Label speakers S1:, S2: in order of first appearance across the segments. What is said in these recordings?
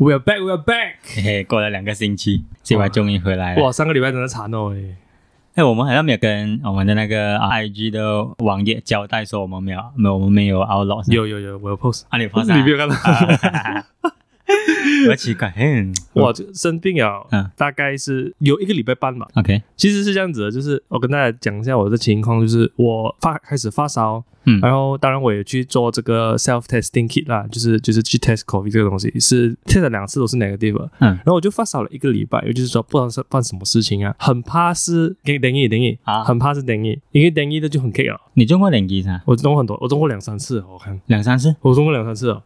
S1: We are back, we are back！
S2: 嘿嘿， 过了两个星期，CY 终于回来了。
S1: 哇，上个礼拜真的惨哦哎。
S2: 哎，我们好像没有跟我们的那个啊 IG 的网页交代说我们没有，没有，我们没有 outlaw。
S1: 有有有，我有 post，
S2: 啊，你发
S1: 你
S2: 现
S1: 没有看到？
S2: 啊？我奇怪，嗯，
S1: 我这生病了，
S2: 嗯
S1: 大概是有一个礼拜半吧。
S2: ，OK，
S1: 其实是这样子的，就是我跟大家讲一下我的情况，就是我发开始发烧，
S2: 嗯
S1: 然后当然我也去做这个 self testing kit 啦，就是就是去 test COVID 这个东西，是 test 了两次都是 negative，的
S2: 嗯
S1: 然后我就发烧了一个礼拜，也就是说不知道是办什么事情啊，很怕是给 dengue dengue
S2: 啊
S1: 很怕是 dengue，因为 dengue 的就很 care，
S2: 你中过两剂噻？
S1: 我中过很多，我中过两三次，我看
S2: 两三次？
S1: 我中过两三次哦。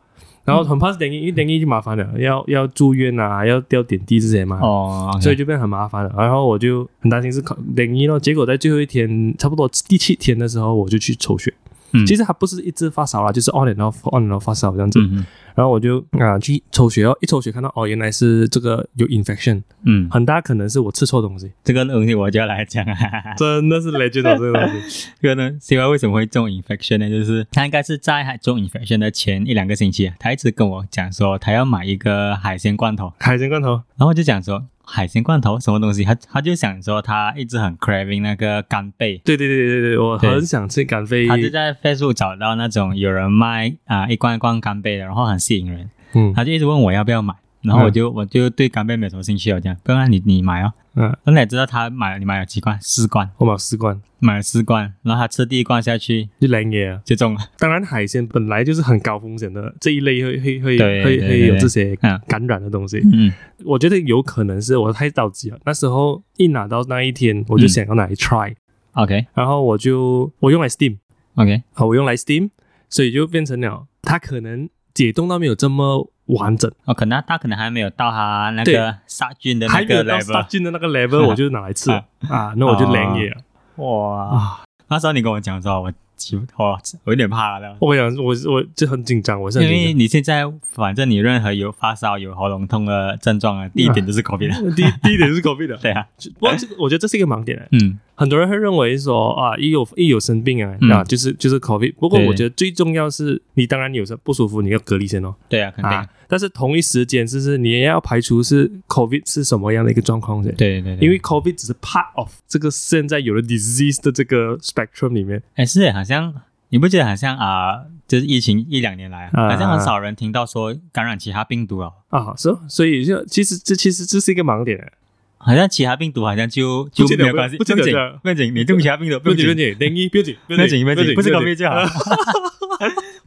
S1: 然后很怕是 dengue，因为 dengue 就麻烦了，要要住院啊，要吊点滴嗯这些嘛。
S2: 哦，OK，
S1: 所以就变得很麻烦了。然后我就很担心是考零一咯，结果在最后一天，差不多第七天的时候，我就去抽血。
S2: 嗯
S1: 其实它不是一直发烧啦，就是 on and off on and off 发烧这样子。
S2: 嗯
S1: 然后我就啊、去抽血哦，一抽血看到哦，原来是这个有 infection，
S2: 嗯，嗯
S1: 很大可能是我吃错东西，
S2: 这个东西我就要来讲啊。
S1: 真的是 legend 哦这个东西。
S2: 这个呢，CY 为什么会中 infection 呢？就是他应该是在他中 infection 的前一两个星期啊，他一直跟我讲说他要买一个海鲜罐头，
S1: 海鲜罐头
S2: 然后我就讲说海鲜罐头什么东西，他他就想说他一直很 craving 那个干贝。
S1: 对对对对对对，我
S2: 对
S1: 很想吃干贝。
S2: 他就在 Facebook 找到那种有人卖啊、一罐一罐干贝的，然后很吸引人，
S1: 嗯
S2: 他就一直问我要不要买，然后我就、我就对干贝没有什么兴趣了，我讲不然你你买哦，
S1: 嗯，
S2: 后来知道他买了你买了几罐，四罐，
S1: 我买了四罐，
S2: 买了四罐，然后他吃第一罐下去
S1: 就零也啊。
S2: 就中了，
S1: 当然，海鲜本来就是很高风险的这一类会会会
S2: 对
S1: 会
S2: 对
S1: 会
S2: 对
S1: 有这些
S2: 嗯
S1: 感染的东西。
S2: 嗯
S1: 我觉得有可能是我太着急了。那时候一拿到那一天，我就想要拿来 try，、
S2: ，OK
S1: 然后我就我用来 Steam，啊
S2: OK，
S1: 好，我用来 Steam，所以就变成了它可能解冻到没有这么完整，
S2: 哦，可能他可能还没有到他那
S1: 对
S2: 个杀菌的
S1: 还
S2: 那
S1: 没有
S2: 个
S1: 到杀
S2: level，嗯哦
S1: 菌的那个 level，我就拿来吃了啊，那我就零也了
S2: 哇，
S1: 啊。
S2: 那时候你跟我讲说，我几我我有点怕了。
S1: 我跟你讲，我我就很紧张，我是
S2: 因
S1: 很
S2: 为
S1: 紧
S2: 你现在反正你任何有发烧、有喉咙痛的症状啊，第一 点就是 COVID 了。
S1: 张。第一第一点是 COVID 的，
S2: 对啊，
S1: 不过这个我觉得这是一个盲点来。
S2: 嗯
S1: 很多人会认为说啊，一有一有生病啊，
S2: 嗯
S1: 啊就是就是 COVID。不过
S2: 对
S1: 我觉得最重要是你当然你有时候不舒服，你要隔离先哦。
S2: 对啊，肯定。
S1: 啊，但是同一时间，就是你也要排除是 COVID 是什么样的一个状况先，
S2: 对对对，
S1: 因为 COVID 只是 part of 这个现在有的 disease 的这个 spectrum 里面，
S2: 哎是耶好像你不觉得好像啊、就是疫情一两年来啊，
S1: 啊
S2: 好像很少人听到说感染其他病毒了，
S1: 啊，所以所以就其实这其实这是一个盲点，
S2: 好像其他病毒好像就就
S1: 不记得
S2: 没有关系，
S1: 不记得
S2: 用紧
S1: 这样
S2: 不用紧，你中其他病毒
S1: 不
S2: 用
S1: 仅
S2: 紧
S1: 不仅零一不仅不
S2: 不用紧不用紧，不是 COVID
S1: 会
S2: 就 好，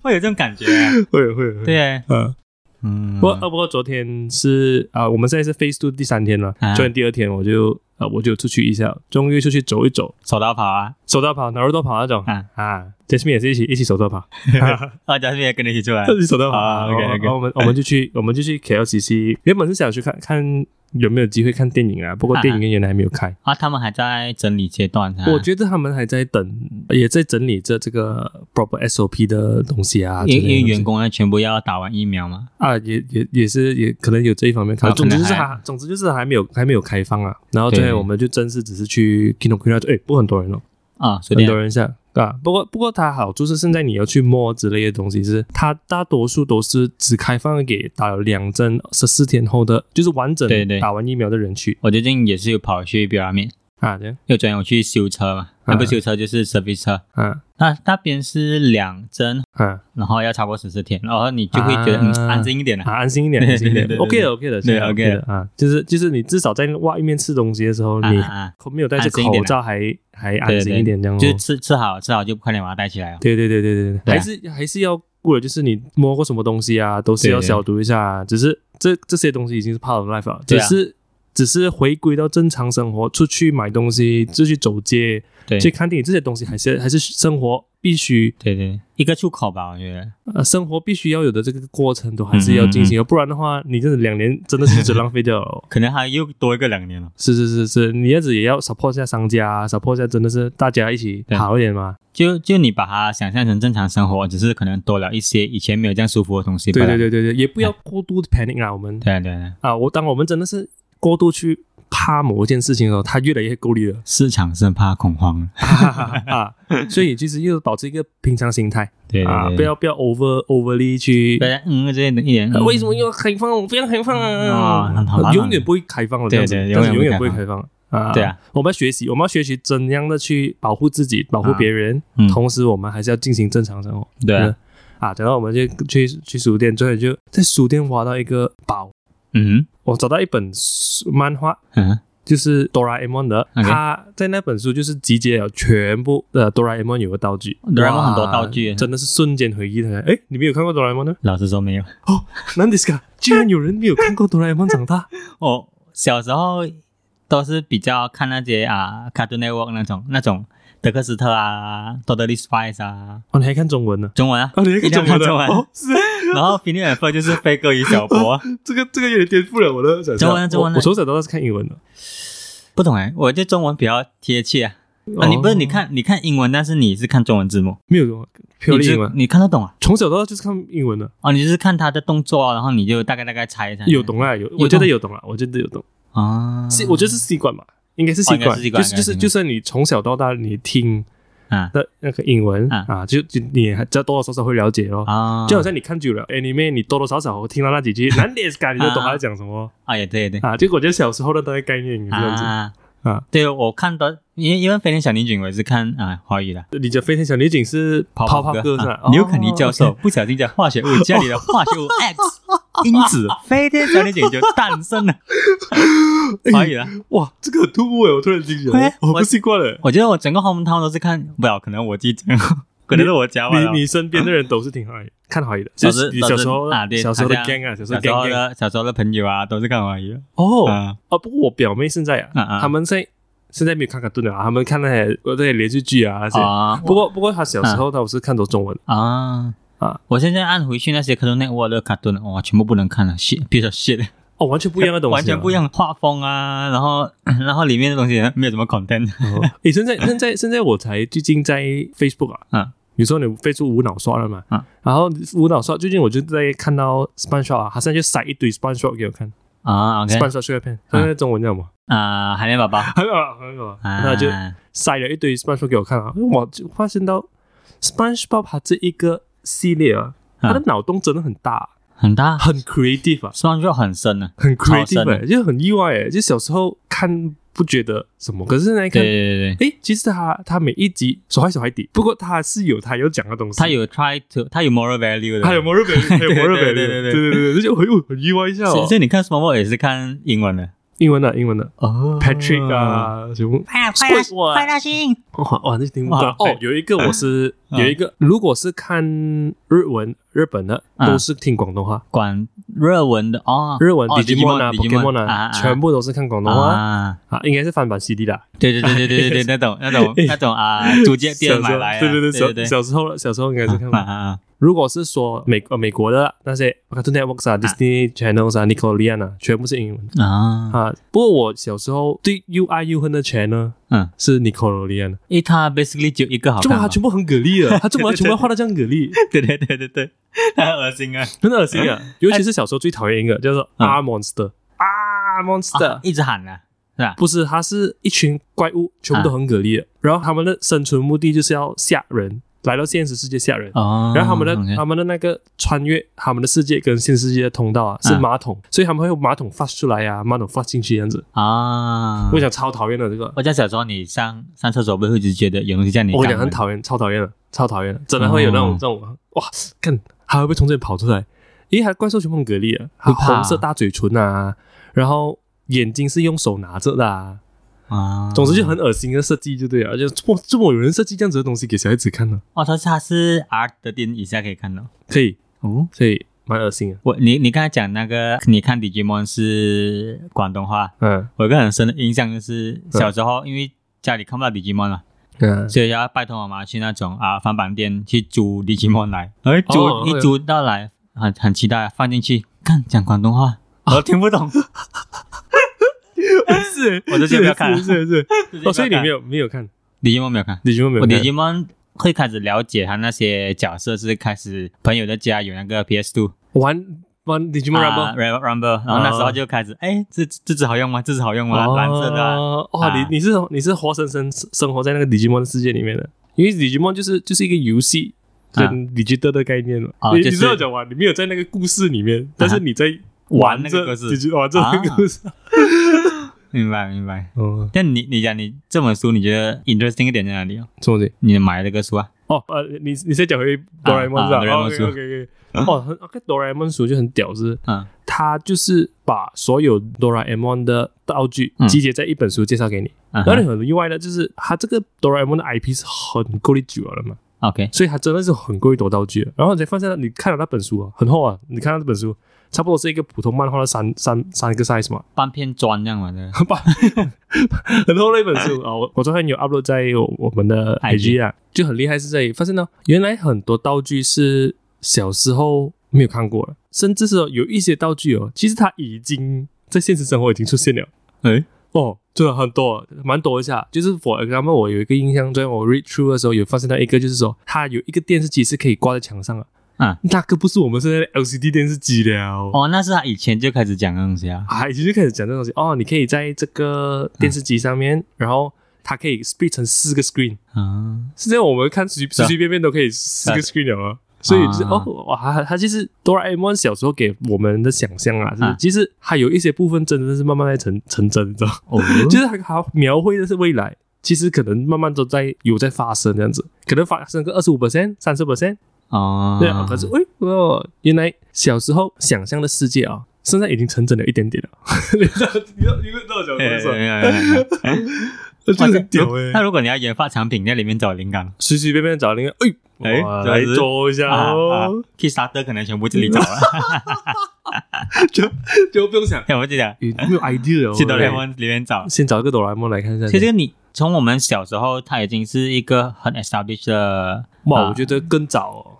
S2: 会有这种感觉、啊
S1: 会会，
S2: 对耶，
S1: 嗯，
S2: 嗯，
S1: 不过呃不过昨天是啊，我们现在是 Phase Two 第三天了，
S2: 啊
S1: 昨天第二天我就呃我就出去一下，终于出去走一走，
S2: 手刀跑啊，
S1: 手刀跑、哪儿都跑那种
S2: 啊
S1: 啊，Jasmine 也是一起一起手刀跑。
S2: 大家是不是也跟着一起出 来？
S1: 手段
S2: 啊
S1: 好
S2: ，OK，OK
S1: 我们我们就去我们就去 KLCC，原本是想去看看有没有机会看电影啊，不过
S2: 啊
S1: 电影院原来还没有开。
S2: 啊，他们还在整理阶段啊。
S1: 我觉得他们还在等，也在整理这这个 proper SOP 的东西啊，
S2: 因
S1: 之
S2: 因
S1: 类
S2: 为
S1: 的东西
S2: 员工呢全部要打完疫苗嘛。
S1: 啊，也也也是也可能有这一方面考虑。
S2: 啊
S1: 总之就是
S2: 可能还
S1: 还，总之就是还没有还没有开放啊。然后最
S2: 对
S1: 后我们就正式只是去 Kinokuniya，哎，不过很多人哦，
S2: 啊，随
S1: 很
S2: 便
S1: 多人下啊。不过不过它好处是现在你要去摸之类的东西是，它大多数都是只开放给打了两针十四天后的，就是完整
S2: 对对
S1: 打完疫苗的人去
S2: 我最近也是有跑去表拉面，
S1: 啊，这样
S2: 因为昨天我去修车嘛，那、
S1: 啊
S2: 不是修车就是 service 车，
S1: 啊
S2: 那那边是两针，
S1: 啊
S2: 然后要超过十四天，然后你就会觉得、
S1: 啊
S2: 嗯、安静一点了、
S1: 啊，安心 一点，
S2: 对
S1: 安心一点
S2: 对对对
S1: ，OK 的 OK 的，
S2: 对
S1: 现在
S2: OK
S1: 的啊，就是就是你至少在外面吃东西的时候，
S2: 啊
S1: 你
S2: 啊啊
S1: 口没有戴着
S2: 安心一点
S1: 口
S2: 啊
S1: 罩还还安
S2: 对
S1: 心
S2: 对
S1: 一点这样哦，
S2: 就是吃吃好吃好就快点把它带起来哦。
S1: 对对对对对，
S2: 对
S1: 还
S2: 啊
S1: 是还是要顾的，就是你摸过什么东西啊，都是
S2: 对
S1: 要
S2: 对
S1: 消毒一下、啊。只是这这些东西已经是 part of life 了，只
S2: 对啊
S1: 是、只是回归到正常生活，出去买东西，出去走街，
S2: 对
S1: 去看电影，这些东西还是还是生活必须
S2: 对对，一个出口吧，我觉得。
S1: 呃生活必须要有的这个过程都还是要进行的，不然的话，你这两年真的是只浪费掉了哦。
S2: 可能还又多一个两年了。啊
S1: 是是是是，你要子也要 support 一下商家啊，support 一下真的是大家一起
S2: 对
S1: 好一点嘛。
S2: 就就你把它想象成正常生活，只是可能多了一些以前没有这样舒服的东西罢
S1: 对
S2: 了。
S1: 对对对对，也不要过度 panic 啊，我们
S2: 对啊对啊对啊
S1: 啊，我当我们真的是过度去怕某一件事情的时候，他越来越够力了
S2: 市场生怕恐慌了。
S1: 啊，所以其实又保持一个平常心态
S2: 对对
S1: 啊，
S2: 对
S1: 不要不要 over overly 去
S2: 不。要嗯这样的一点，
S1: 呃
S2: 嗯
S1: 为什么又要开放？不要开放
S2: 啊很好
S1: 啊！
S2: 麻烦
S1: 永远不会开放的，这样子
S2: 对对
S1: 但是永
S2: 永
S1: 远
S2: 远
S1: 不会
S2: 不会
S1: 开放啊！
S2: 对啊，
S1: 我们要学习，我们要学习怎样的去保护自己、保护别人
S2: 嗯，
S1: 同时我们还是要进行正常生活。
S2: 对啊
S1: 嗯啊，等到我们就去去书店，最后就在书店挖到一个宝，
S2: 嗯
S1: 我找到一本书漫画，
S2: 嗯
S1: 就是哆啦 A 梦的，
S2: OK
S1: 他在那本书就是集结了全部的哆啦 A 梦有的道具，
S2: 哆啦 A 梦
S1: 哇
S2: 很多道具
S1: 真的是瞬间回忆的。哎，你没有 看过哆啦 A 梦的？
S2: 老实说没有。
S1: 哦，难 d i s 居然有人没有看过哆啦 A 梦长 大
S2: 我哦小时候都是比较看那些啊，Cartoon Network 那种那种德克斯特啊，Totally Spies 啊，
S1: 哦，你还看中文 呢？
S2: 中 文啊，
S1: 哦，你还
S2: 一
S1: 看
S2: 定要
S1: 中文
S2: 看中文。
S1: 哦，是
S2: 然后 f i n i f 就是飞哥与小博，啊
S1: 这个这个有点颠覆了我的想象。
S2: 中文啊中文啊
S1: 我我从小到大是看英文的。
S2: 不懂哎，我对中文比较贴切啊。啊，你不是
S1: 哦
S2: 你看你看英文，但是你是看中文字幕，
S1: 没有中文，
S2: 你
S1: 漂
S2: 就
S1: 英文，
S2: 你看得懂啊？
S1: 从小到大就是看英文的，
S2: 哦，你就是看他的动作，啊然后你就大概大概猜一下。
S1: 有懂啊有，我觉得有懂啊，我觉得有懂。
S2: 啊？
S1: 是我觉得是习惯吧，应该是习
S2: 哦应该
S1: 惯，
S2: 是习
S1: 就
S2: 惯
S1: 是
S2: 应
S1: 就
S2: 该是
S1: 是
S2: 习惯
S1: 就算你从小到大你听
S2: 啊
S1: 的那个英文
S2: 啊
S1: 啊，就就你还只要多多少少会了解咯。
S2: 啊，
S1: 就好像你看久了 anime，你多多少少听到那几 句难点感，你就懂他在讲什么
S2: 啊，也对也对
S1: 啊。就我觉得小时候的大概概念也是这样子。
S2: 啊
S1: 啊。
S2: 对，我看到，因为因为《飞天小女警》，我也是看啊华语的。
S1: 你的飞天小女警是泡
S2: 泡
S1: 泡哥是吧
S2: 啊？刘肯尼教授
S1: 哦
S2: 不小心在化学物家里的化学物 X 因子飞天小女警就诞生了。华语的，
S1: 哇，这个很突兀哎，我突然惊觉
S2: 喂，
S1: 我不
S2: 我
S1: 习惯了。
S2: 我觉得我整个 home town 都是看，不了，可能我记讲，可能是我家吧。
S1: 你你身边的人都是挺好的，看好的，
S2: 小
S1: 就
S2: 时
S1: 是你小时候
S2: 啊，对，
S1: 小时候的
S2: 好像
S1: gang 啊，小时候
S2: 小时候
S1: gang gang
S2: 的小时候的朋友啊，都是看华语的。
S1: 哦
S2: 啊
S1: 啊，不过我表妹现在
S2: 啊
S1: 啊，
S2: 啊
S1: 他们在现在没有看卡顿了啊，他们看那些呃那些连续剧啊那些。
S2: 啊
S1: 不过不过她小时候她不是看着中文
S2: 啊
S1: 啊！
S2: 我现在按回去那些 Cartoon Network 的 cartoon，哇，全部不能看了，shit，比如说 shit。
S1: 哦，完全不一样的东西，
S2: 完全不一。样的画风啊，然后然后里面的东西没有什么 content
S1: 哦诶，现在现在现在我才最近在 Facebook 啊，
S2: 啊
S1: 有时候你 Facebook 无脑刷了嘛
S2: 啊，
S1: 然后无脑刷，最近我就在看到 SpongeBob 啊，他现在就塞一堆 SpongeBob 给我看
S2: 啊，OK
S1: ，SpongeBob 碎片，现在中文叫什么？
S2: 啊，海绵宝宝，
S1: 很好很好，
S2: 啊
S1: 那就塞了一堆 SpongeBob 给我看啊，我就发现到 SpongeBob 它这一个系列啊，它的脑洞真的很大啊、
S2: 很大，
S1: 很 creative 啊，
S2: 双就很深啊，
S1: 很
S2: 超深
S1: creative，、
S2: 的
S1: 欸、就很意外哎、就小时候看不觉得什么，可是现在看
S2: 对，对对对，
S1: 哎，其实他他每一集手嗨手嗨底，不过他是有他有讲的东西，
S2: 他有 try to，他有 moral value 的，
S1: 他有 moral value，他有 moral value，
S2: 对对
S1: 对
S2: 对对
S1: 对对对，就很有很意外一下哦
S2: 所以所，以你看 Small World 也是看英文的
S1: 英文的英文的
S2: 哦
S1: Patrick，啊，什么
S3: 快快
S1: 我
S3: 快大星！
S1: 哇哇，那听不懂
S2: 哇
S1: 哦。有一个我是有一个，如果是看日文日本的，
S2: 啊
S1: 都是听广东话，
S2: 管日文的哦，
S1: 日文
S2: 哦
S1: Digimon 啊
S2: Digimon，
S1: Pokemon
S2: 啊
S1: 啊，
S2: 啊
S1: 全部都是看广东话
S2: 啊，
S1: 啊，应该是翻版 CD 的啊。
S2: 对对对对对对对，那种那种那种啊，租借
S1: 小
S2: 店
S1: 时
S2: 买
S1: 候
S2: 来啊，
S1: 对对
S2: 对
S1: 小
S2: 对，
S1: 小时候了，小时候应该是看
S2: 啊
S1: 过。
S2: 啊啊，
S1: 如果是说美呃美国的那些 Cartoon Networks 啊、Disney Channels 啊、Nickelodeon 啊，全部是英文的
S2: 啊，
S1: 啊。不过我小时候对 U I U 恨的 channel
S2: 嗯，
S1: 是 Nickelodeon，的
S2: 因为它 basically 只有一个好
S1: 就把
S2: 看
S1: 它
S2: 嘛，
S1: 全部很给力了，它就把它全部画的这样给力，
S2: 对对对对对，很恶心啊，
S1: 很恶心啊！尤其是小时候最讨厌一个叫做
S2: 嗯
S1: R Monster，啊 Monster
S2: 啊一直喊啊，是吧？
S1: 不是，它是一群怪物，全部都很给力
S2: 啊
S1: 的，然后他们的生存目的就是要吓人，来到现实世界吓人。
S2: 哦
S1: 然后他们的、
S2: OK
S1: 他们的那个穿越他们的世界跟现实世界的通道啊，是
S2: 啊
S1: 马桶，所以他们会用马桶 flush 出来呀、马桶 flush 进去这样子。
S2: 啊，
S1: 我想超讨厌的这个，
S2: 我在小时候你上上厕所不是会一直觉得有东西在你
S1: 我跟你
S2: 肛
S1: 讲很
S2: 门
S1: 讨厌，超讨厌的，超讨厌的，真的会有那种、
S2: 哦
S1: 这种哇，看还会不会从这里跑出来？咦，还怪兽全部很给力啊，还
S2: 会怕啊
S1: 红色大嘴唇啊，然后眼睛是用手拿着的啊，
S2: 啊，
S1: 总之就很恶心的设计就对了，而且这么这么有人设计这样子的东西给小孩子看呢、
S2: 哦，它是它是 R 的电以下可以看到
S1: 可以，
S2: 哦。
S1: 所以蛮恶心的，
S2: 我你你刚才讲那个，你看 Digimon 是广东话，
S1: 嗯
S2: 我有个很深的印象就是小时候因为家里看不到 Digimon 啊了，
S1: 嗯，
S2: 所以要拜托妈妈去那种啊翻版店去租 Digimon 来，而租、
S1: 哦
S2: 一租到来，很很期待放进去，看讲广东话，我听不懂，
S1: 是，
S2: 我就觉得不要看了
S1: 是是是，
S2: 直接
S1: 哦，所以
S2: 不
S1: 你
S2: 要看啊
S1: 没有没有看。
S2: 哦 Digimon 没有看。
S1: 你全部没有
S2: 我
S1: 看？
S2: d i g i 会开始了解他那些角色，是开始朋友的家有那个 PS Two
S1: 玩玩 Digimon Rumble，
S2: 啊 Rumble Rumble，然后那时候就开始，哎，这这只好用吗？这只好用吗？蓝色的啊，
S1: 哦，哦
S2: 啊
S1: 你你是你是活生生生活在那个 Digimon 的世界里面的，因为 Digimon 就是就是一个游戏。
S2: 啊
S1: 跟 digital 的概念嘛，
S2: 哦
S1: 你
S2: 就是啊
S1: 你知道讲完，你没有在那个故事里面，但是你在
S2: 玩那
S1: 这
S2: 个故事
S1: Digi- 玩这个
S2: 啊
S1: 故事。
S2: 明白明白。
S1: 哦，
S2: 但你你讲你这本书，你觉得 interesting 的点在哪里哦？
S1: 什么东西？
S2: 你买这个书啊？
S1: 哦，呃，你你再讲回哆啦 A 梦是吧？
S2: 啊哆啦 A 梦书
S1: o k OK OK。哦，很 OK，哆啦 A 梦书就很屌是，
S2: 嗯
S1: 它就是把所有哆啦 A 梦的道具
S2: 嗯
S1: 集结在一本书介绍给你。
S2: 嗯
S1: 然后
S2: 哼
S1: 你很意外的就是，它这个哆啦 A 梦的 IP 是很够力久了嘛，
S2: ，OK，
S1: 所以它真的是很够力多道具的。然后你才发现，你看了那本书啊，很厚啊，你看到这本书。差不多是一个普通漫画的三三三个 size 嘛，
S2: 半片砖这样 嘛的。
S1: 很棒 很厚的一本书
S2: 哎
S1: 啊！我我昨天有 upload 在我我们的
S2: IG
S1: IG 啊，就很厉害是这里发现呢，原来很多道具是小时候没有看过的，甚至是有一些道具哦，其实它已经在现实生活已经出现了。
S2: 哎，
S1: 哦，真的很多，蛮多一下。就是 for example，我有一个印象，昨天我 read through 的时候有发现到一个，就是说它有一个电视机是可以挂在墙上的。
S2: 啊，
S1: 那个不是我们现在的 LCD 电视机了。
S2: 哦，那是他以前就开始讲的东西啊。
S1: 啊，已经就开始讲这东西哦。你可以在这个电视机上面，然后它可以 split 成四个 screen。
S2: 啊，
S1: 现在我们看随
S2: 啊
S1: 随随便便都可以四个 screen 了啊。所以就是、
S2: 啊
S1: 哦，哇，它它其实哆啦 A 梦小时候给我们的想象啊，就是、
S2: 啊
S1: 其实它有一些部分真的是慢慢在成成真，你知道吗？
S2: 哦，
S1: 就是它它描绘的是未来，其实可能慢慢都在有在发生这样子，可能发生个二十五 percent、三十 percent，
S2: 哦，
S1: 对啊。可是哎哦，原来小时候想象的世界啊，现在已经成真了一点点了。 你知道你知道你知道我讲
S2: 哎，
S1: 什 么？
S2: 哎 哎哎哎
S1: 这
S2: 哇
S1: 很啊屌
S2: 那
S1: 哎、
S2: 哦那如果你要研发产品，在里面找灵感
S1: 随随便便找那个哎。
S2: 哎
S1: 哇
S2: 这样
S1: 来
S2: 子
S1: 做一下
S2: 啊啊
S1: 哦，
S2: ，Kickstarter 可能全部自己找啊 了。
S1: 就不用想，
S2: 哎我就讲
S1: 有 没有 idea 哦？
S2: 去哆啦 A 梦里面找。
S1: 先找一个哆啦 A 梦来看一下。
S2: 其实你从我们小时候，它已经是一个很 established 的
S1: 哇，
S2: 啊
S1: 我觉得更早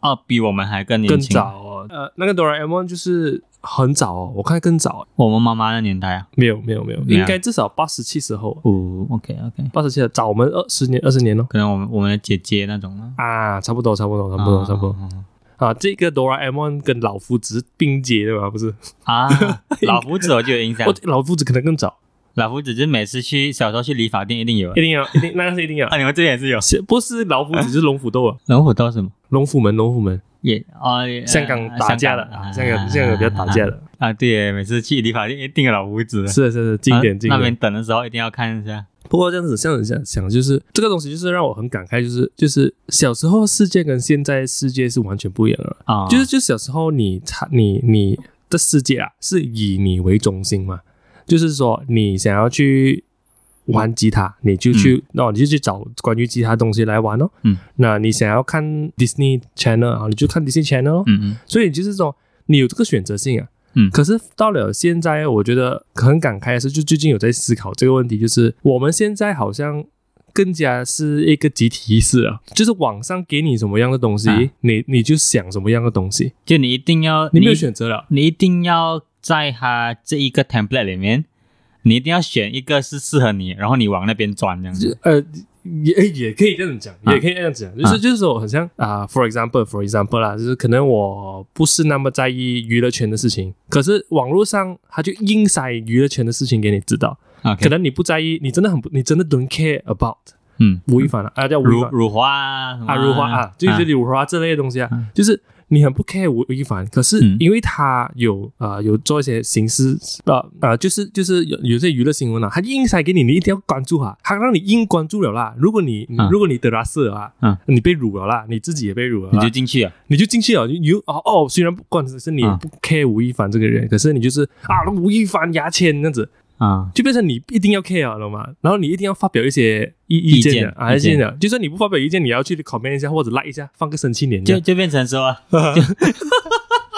S1: 哦，
S2: 哦，比我们还更年
S1: 更
S2: 轻。
S1: 早哦。呃，那个哆啦 A 梦就是很早哦，我看更早哦
S2: 我们妈妈那年代啊。
S1: 没有没有没有，
S2: 没有
S1: 应该至少八十七十后，
S2: 哦，OK OK，
S1: 八十七早我们二十年二十年咯。
S2: 可能我们我们的姐姐那种了。
S1: 啊，差不多差不多差不多差不多
S2: 多
S1: 啊！这个哆啦 A 梦跟老夫子并结的吧？不是，
S2: 啊！老夫子我就有印象
S1: 哦，，老夫子可能更早，
S2: 老夫子就是每次去小时候去理发店一定有啊
S1: 一定 要一定那个是一定要
S2: 啊，，你们这边也是有
S1: 是不是老夫子就是龙虎斗啊？
S2: 龙虎斗什么？
S1: 龙虎门龙虎门，
S2: 也 啊，也
S1: 香港打架的，啊香港香港比较打架
S2: 的
S1: 的，
S2: 啊。对，每次去理发店一定有老胡子，
S1: 是是是，经典
S2: 啊
S1: 经
S2: 那
S1: 典
S2: 边。等的时候一定要看一下。
S1: 不过这样子这样子想想，就是这个东西就是让我很感慨，就是就是小时候的世界跟现在的世界是完全不一样的。
S2: 啊，
S1: 就是就小时候你差你你的世界啊，是以你为中心嘛，就是说你想要去玩吉他，你就去那、哦、你就去找关于吉他的东西来玩哦。
S2: 嗯，
S1: 那你想要看 Disney Channel 啊，你就看 Disney Channel 哦。
S2: 嗯嗯
S1: 所以就是说你有这个选择性啊。
S2: 嗯
S1: 可是到了现在，我觉得很感慨的是，就最近有在思考这个问题，就是我们现在好像更加是一个集体意识啊，就是网上给你什么样的东西，
S2: 啊
S1: 你你就想什么样的东西，
S2: 就你一定要
S1: 你没有，选择了。
S2: 你一定要在它这一个 template 里面，你一定要选一个是适合你，然后你往那边转这样子。
S1: 呃，也也可以这样讲，
S2: 啊
S1: 也可以这样讲，就是就是说，很像啊、f o r example，for example 啦，就是可能我不是那么在意娱乐圈的事情，可是网络上他就硬塞娱乐圈的事情给你知道，可
S2: OK，
S1: 能你不在意，你真的很不，你真的 don't care about
S2: 嗯，
S1: 吴亦凡了啊，叫吴亦
S2: 如
S1: 凡
S2: 如花啊，什么
S1: 啊，如花啊，就
S2: 啊
S1: 是如花这类的东西啊
S2: 嗯，
S1: 就是你很不 care 吴亦凡，可是
S2: 嗯
S1: 因为他有啊、呃有做一些形式啊啊，就是就是有有些娱乐新闻啊，他硬塞给你，你一定要关注啊，他让你硬关注了啦。如果你
S2: 嗯
S1: 如果你得了色啊
S2: 嗯，
S1: 你被辱了啦，你自己也被辱了
S2: 你就
S1: 啦，
S2: 进去了。啊
S1: 你就进去了，你你就哦哦，虽然不管是你
S2: 嗯
S1: 不 care 吴亦凡这个人，可是你就是啊吴亦凡牙签那样子。
S2: 啊，
S1: 就变成你一定要 care 了嘛，然后你一定要发表一些意意
S2: 意
S1: 见
S2: 见
S1: 的啊，
S2: 意
S1: 意
S2: 见
S1: 见的，就算你不发表意见，你也要去 comment 一下或者 like 一下，放个生气脸这
S2: 就
S1: 样，
S2: 就变成说，就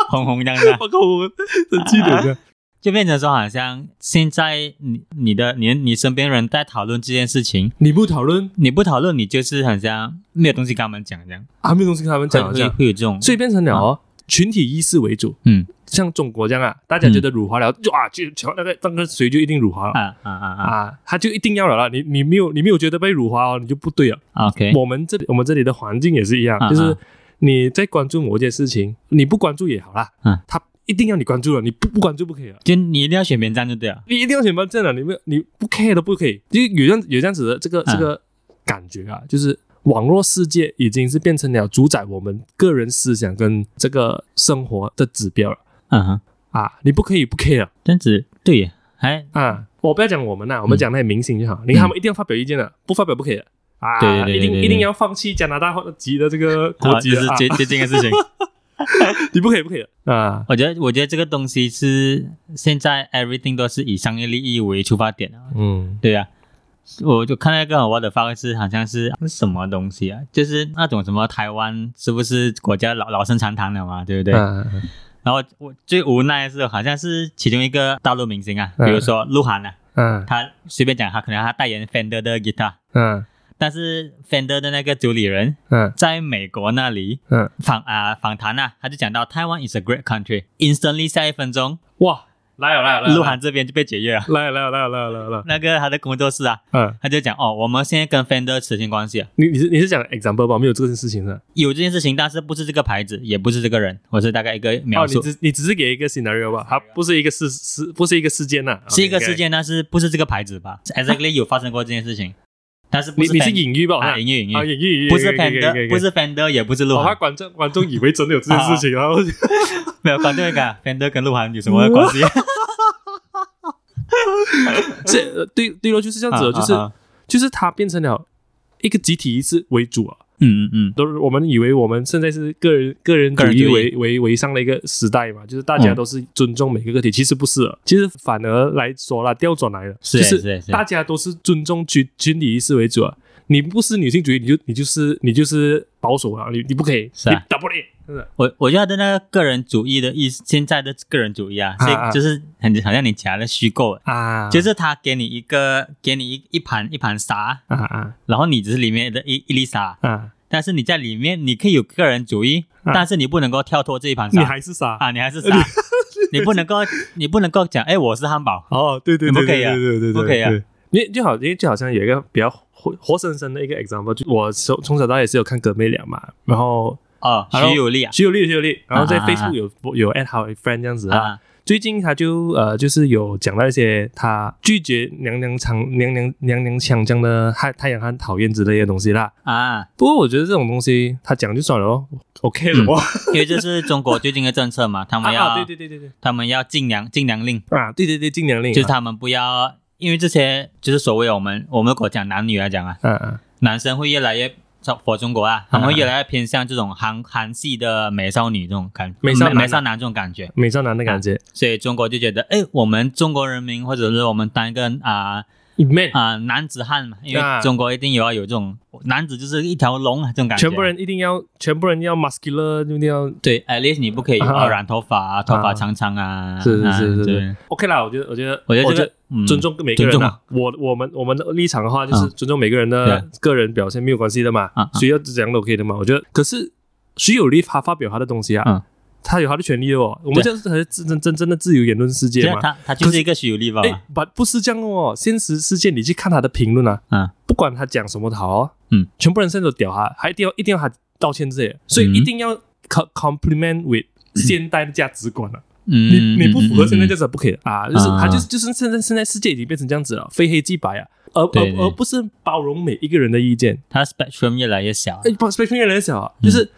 S2: 红红这样子啊，
S1: 放个我生气脸这 样。
S2: 就变成说，好像现在你你的你你身边人在讨论这件事情，
S1: 你不讨论，
S2: 你不讨论，你就是好像没有东西跟他们讲这样，
S1: 还没有东西跟他们讲
S2: 会
S1: 这
S2: 会
S1: 样，
S2: 会有这种，
S1: 所以变成了哦，群体意识为主。
S2: 啊嗯
S1: 像中国这样啊，大家觉得辱华了，就啊，就瞧那个那个谁就一定辱华了
S2: 啊啊啊
S1: 啊，他就一定要了啦。你你没有你没有觉得被辱华哦，你就不对了。
S2: 啊，OK，
S1: 我们这里我们这里的环境也是一样
S2: 啊，
S1: 就是
S2: 啊
S1: 你在关注某件事情，你不关注也好啦
S2: 嗯，
S1: 它一定要你关注了，你不不关注不可以了。
S2: 就你一定要选边站就对了。
S1: 你一定要选班正啊！你没有你不 care 都不可以，就有这样有这样子的这
S2: 嗯
S1: 个这个感觉啊，就是网络世界已经是变成了主宰我们个人思想跟这个生活的指标了
S2: 嗯哼，
S1: 啊！你不可以不 care
S2: 这样子对耶，哎还
S1: 啊！我不要讲我们呐、我们讲那些明星就好，你看他们一定要发表意见的，不发表不可以的啊！
S2: 嗯对对对对
S1: 一
S2: 对
S1: 定
S2: 对
S1: 一定要放弃加拿大籍的这个国
S2: 好
S1: 籍
S2: 就
S1: 的
S2: 是
S1: 啊！
S2: 接接近的事情。
S1: 你不可以不可以的啊！
S2: 我觉得，我觉得这个东西是现在 everything 都是以商业利益为出发点啊。
S1: 嗯
S2: 对啊，我就看到一个我的发的是好像是是什么东西啊，就是那种什么台湾是不是国家老老生常谈了嘛，对不对？
S1: 啊
S2: 然后我我最无奈的是，好像是其中一个大陆明星啊，
S1: 嗯
S2: 比如说鹿晗啊，
S1: 啊
S2: 他随便讲他可能他代言 Fender 的 guitar，
S1: 啊
S2: 但是 Fender 的那个主理人
S1: 啊
S2: 在美国那里
S1: 啊！
S2: 访啊、访谈啊，他就讲到台湾 is a great country，instantly 下一分钟，
S1: 哇，来了来了，
S2: 鹿晗这边就被解约了。
S1: 来了来了来了来了，
S2: 那个他的工作室啊，
S1: 嗯。
S2: 他就讲哦，我们现在跟 Fender 扯清关系了，
S1: 你你是你是讲 example 吧？没有这件事情的。
S2: 有这件事情，但是不是这个牌子，也不是这个人，我是大概一个
S1: 哦，
S2: 描
S1: 你
S2: 述，
S1: 只你只是给一个 scenario 吧，它不是一个事事，不是一个事件啊哦呐，
S2: 是一个事
S1: OK，OK。
S2: 件，但是不是这个牌子吧？Exactly 有发生过这件事情，但是不
S1: 你
S2: 是
S1: 你是
S2: Fender-
S1: 隐喻吧？
S2: 啊，
S1: 好像
S2: 隐喻隐
S1: 啊
S2: 喻，
S1: 隐喻，
S2: 不是
S1: OK，OK，OK，OK
S2: Fender，不。是 Fender，也不是鹿
S1: 我怕
S2: 晗，
S1: 哦观众观众以为真的有这件事情，然
S2: 啊
S1: 后就
S2: 没有观众会讲 Fender 跟鹿晗有什么关 系？啊
S1: 这呃对对咯，就是这样子的，就是
S2: 啊啊啊
S1: 就是它变成了一个集体意识为主啊。
S2: 嗯嗯嗯，
S1: 都是我们以为我们现在是个人个人主
S2: 个人
S1: 义
S2: 主义
S1: 为为为上的一个时代嘛，就是大家
S2: 嗯
S1: 都是尊重每个个体，其实不是了，其实反而来说啦，调转来了，
S2: 是
S1: 就是
S2: 是是
S1: 大家都是尊重群群体意识为主啊。你不是女性主义，你就你就是你就是保守啊，你你不可以，
S2: 是啊
S1: 你打不脸，是的
S2: 我我觉得那个个人主义的意思，现在的个人主义啊，
S1: 啊
S2: 是
S1: 啊
S2: 就是很好像你讲的虚构，
S1: 啊
S2: 就是他给你一个给你一一盘一盘沙，
S1: 啊啊
S2: 然后你只是里面的一一粒沙，
S1: 啊，
S2: 但是你在里面你可以有个人主义，
S1: 啊
S2: 但是你不能够跳脱这一盘
S1: 你
S2: 沙
S1: 还是傻
S2: 啊，你还 是沙，你不能够你不能够讲哎我是汉堡，
S1: 哦，对对
S2: 你
S1: 对
S2: 不可
S1: 对
S2: 以啊
S1: 对对对，
S2: 不可以啊
S1: 对。你就好，因为就好像有一个比较活活生生的一个 example，就我从从小到大也是有看哥妹俩嘛，然后
S2: 哦
S1: 然后
S2: 徐有力啊
S1: 徐有力，徐有力，然后在
S2: 啊啊啊
S1: Facebook 有有 at 好 friend 这样子啊。
S2: 啊
S1: 最近他就呃，就是有讲到一些他拒绝娘娘腔、娘娘娘娘腔这样的太太阳很讨厌之类的东西啦。
S2: 啊，
S1: 不过我觉得这种东西他讲就算了哦，OK
S2: 嗯
S1: 了哦。
S2: 因为这是中国最近的政策嘛，他们
S1: 啊，
S2: 要
S1: 对对对对
S2: 他们要禁娘禁娘令，
S1: 对，啊，对对对，禁娘令啊，
S2: 就是他们不要，因为这些就是所谓我们我们如果讲男女来讲啊，
S1: 啊啊
S2: 男生会越来越。佛中国啊，他们会越来越偏向这种韩 韩系的美少女这种感，
S1: 美少男啊
S2: 美少男这种感觉。
S1: 美少男的感觉
S2: 所以中国就觉得，哎，我们中国人民或者是我们当一个啊
S1: ，man，
S2: 啊、男子汉嘛，因
S1: 啊
S2: 为中国一定有要有这种男子就是一条龙啊这种感觉。
S1: 全部人一定要，全部人要 muscular，一定要
S2: 对，at least 你不可以有
S1: 啊
S2: 啊染头发啊，头
S1: 啊
S2: 发长长啊。
S1: 是是
S2: 啊
S1: 是是
S2: 对
S1: 是 OK 啦。我觉得，我觉得，
S2: 我觉得这个嗯
S1: 尊重每个人、
S2: 尊重
S1: 啊。我我们我们的立场的话，就是
S2: 嗯
S1: 尊重每个人
S2: 对
S1: 的
S2: 啊
S1: 个人表现没有关系的嘛
S2: 啊，啊
S1: 谁要怎样都可以的嘛。我觉得，可是徐有利他发表他的东西
S2: 嗯
S1: 啊，他有他的权利的哦。我们
S2: 对啊
S1: 这样才是真真真正的自由言论世
S2: 这
S1: 界
S2: 样
S1: 嘛。
S2: 他他就是一个虚有力吧？
S1: 哎，不不是这样的哦，现实世界你去看他的评论啊，
S2: 嗯
S1: 不管他讲什么的好哦，
S2: 嗯，
S1: 全部人现在都屌他，还一定要一定要他道歉之类的，所以
S2: 嗯
S1: 一定要 co- compliment with 现代的价值观啊。
S2: 嗯，
S1: 你你不符合现在
S2: 就
S1: 价值不可以的啊！就是
S2: 啊
S1: 他就是就是现在现在世界已经变成这样子了，非黑即白啊，而
S2: 对对
S1: 而而不是包容每一个人的意见。
S2: 他 spectrum 越来越小。
S1: 哎，包 spectrum 越来越小
S2: 嗯
S1: 啊，就是。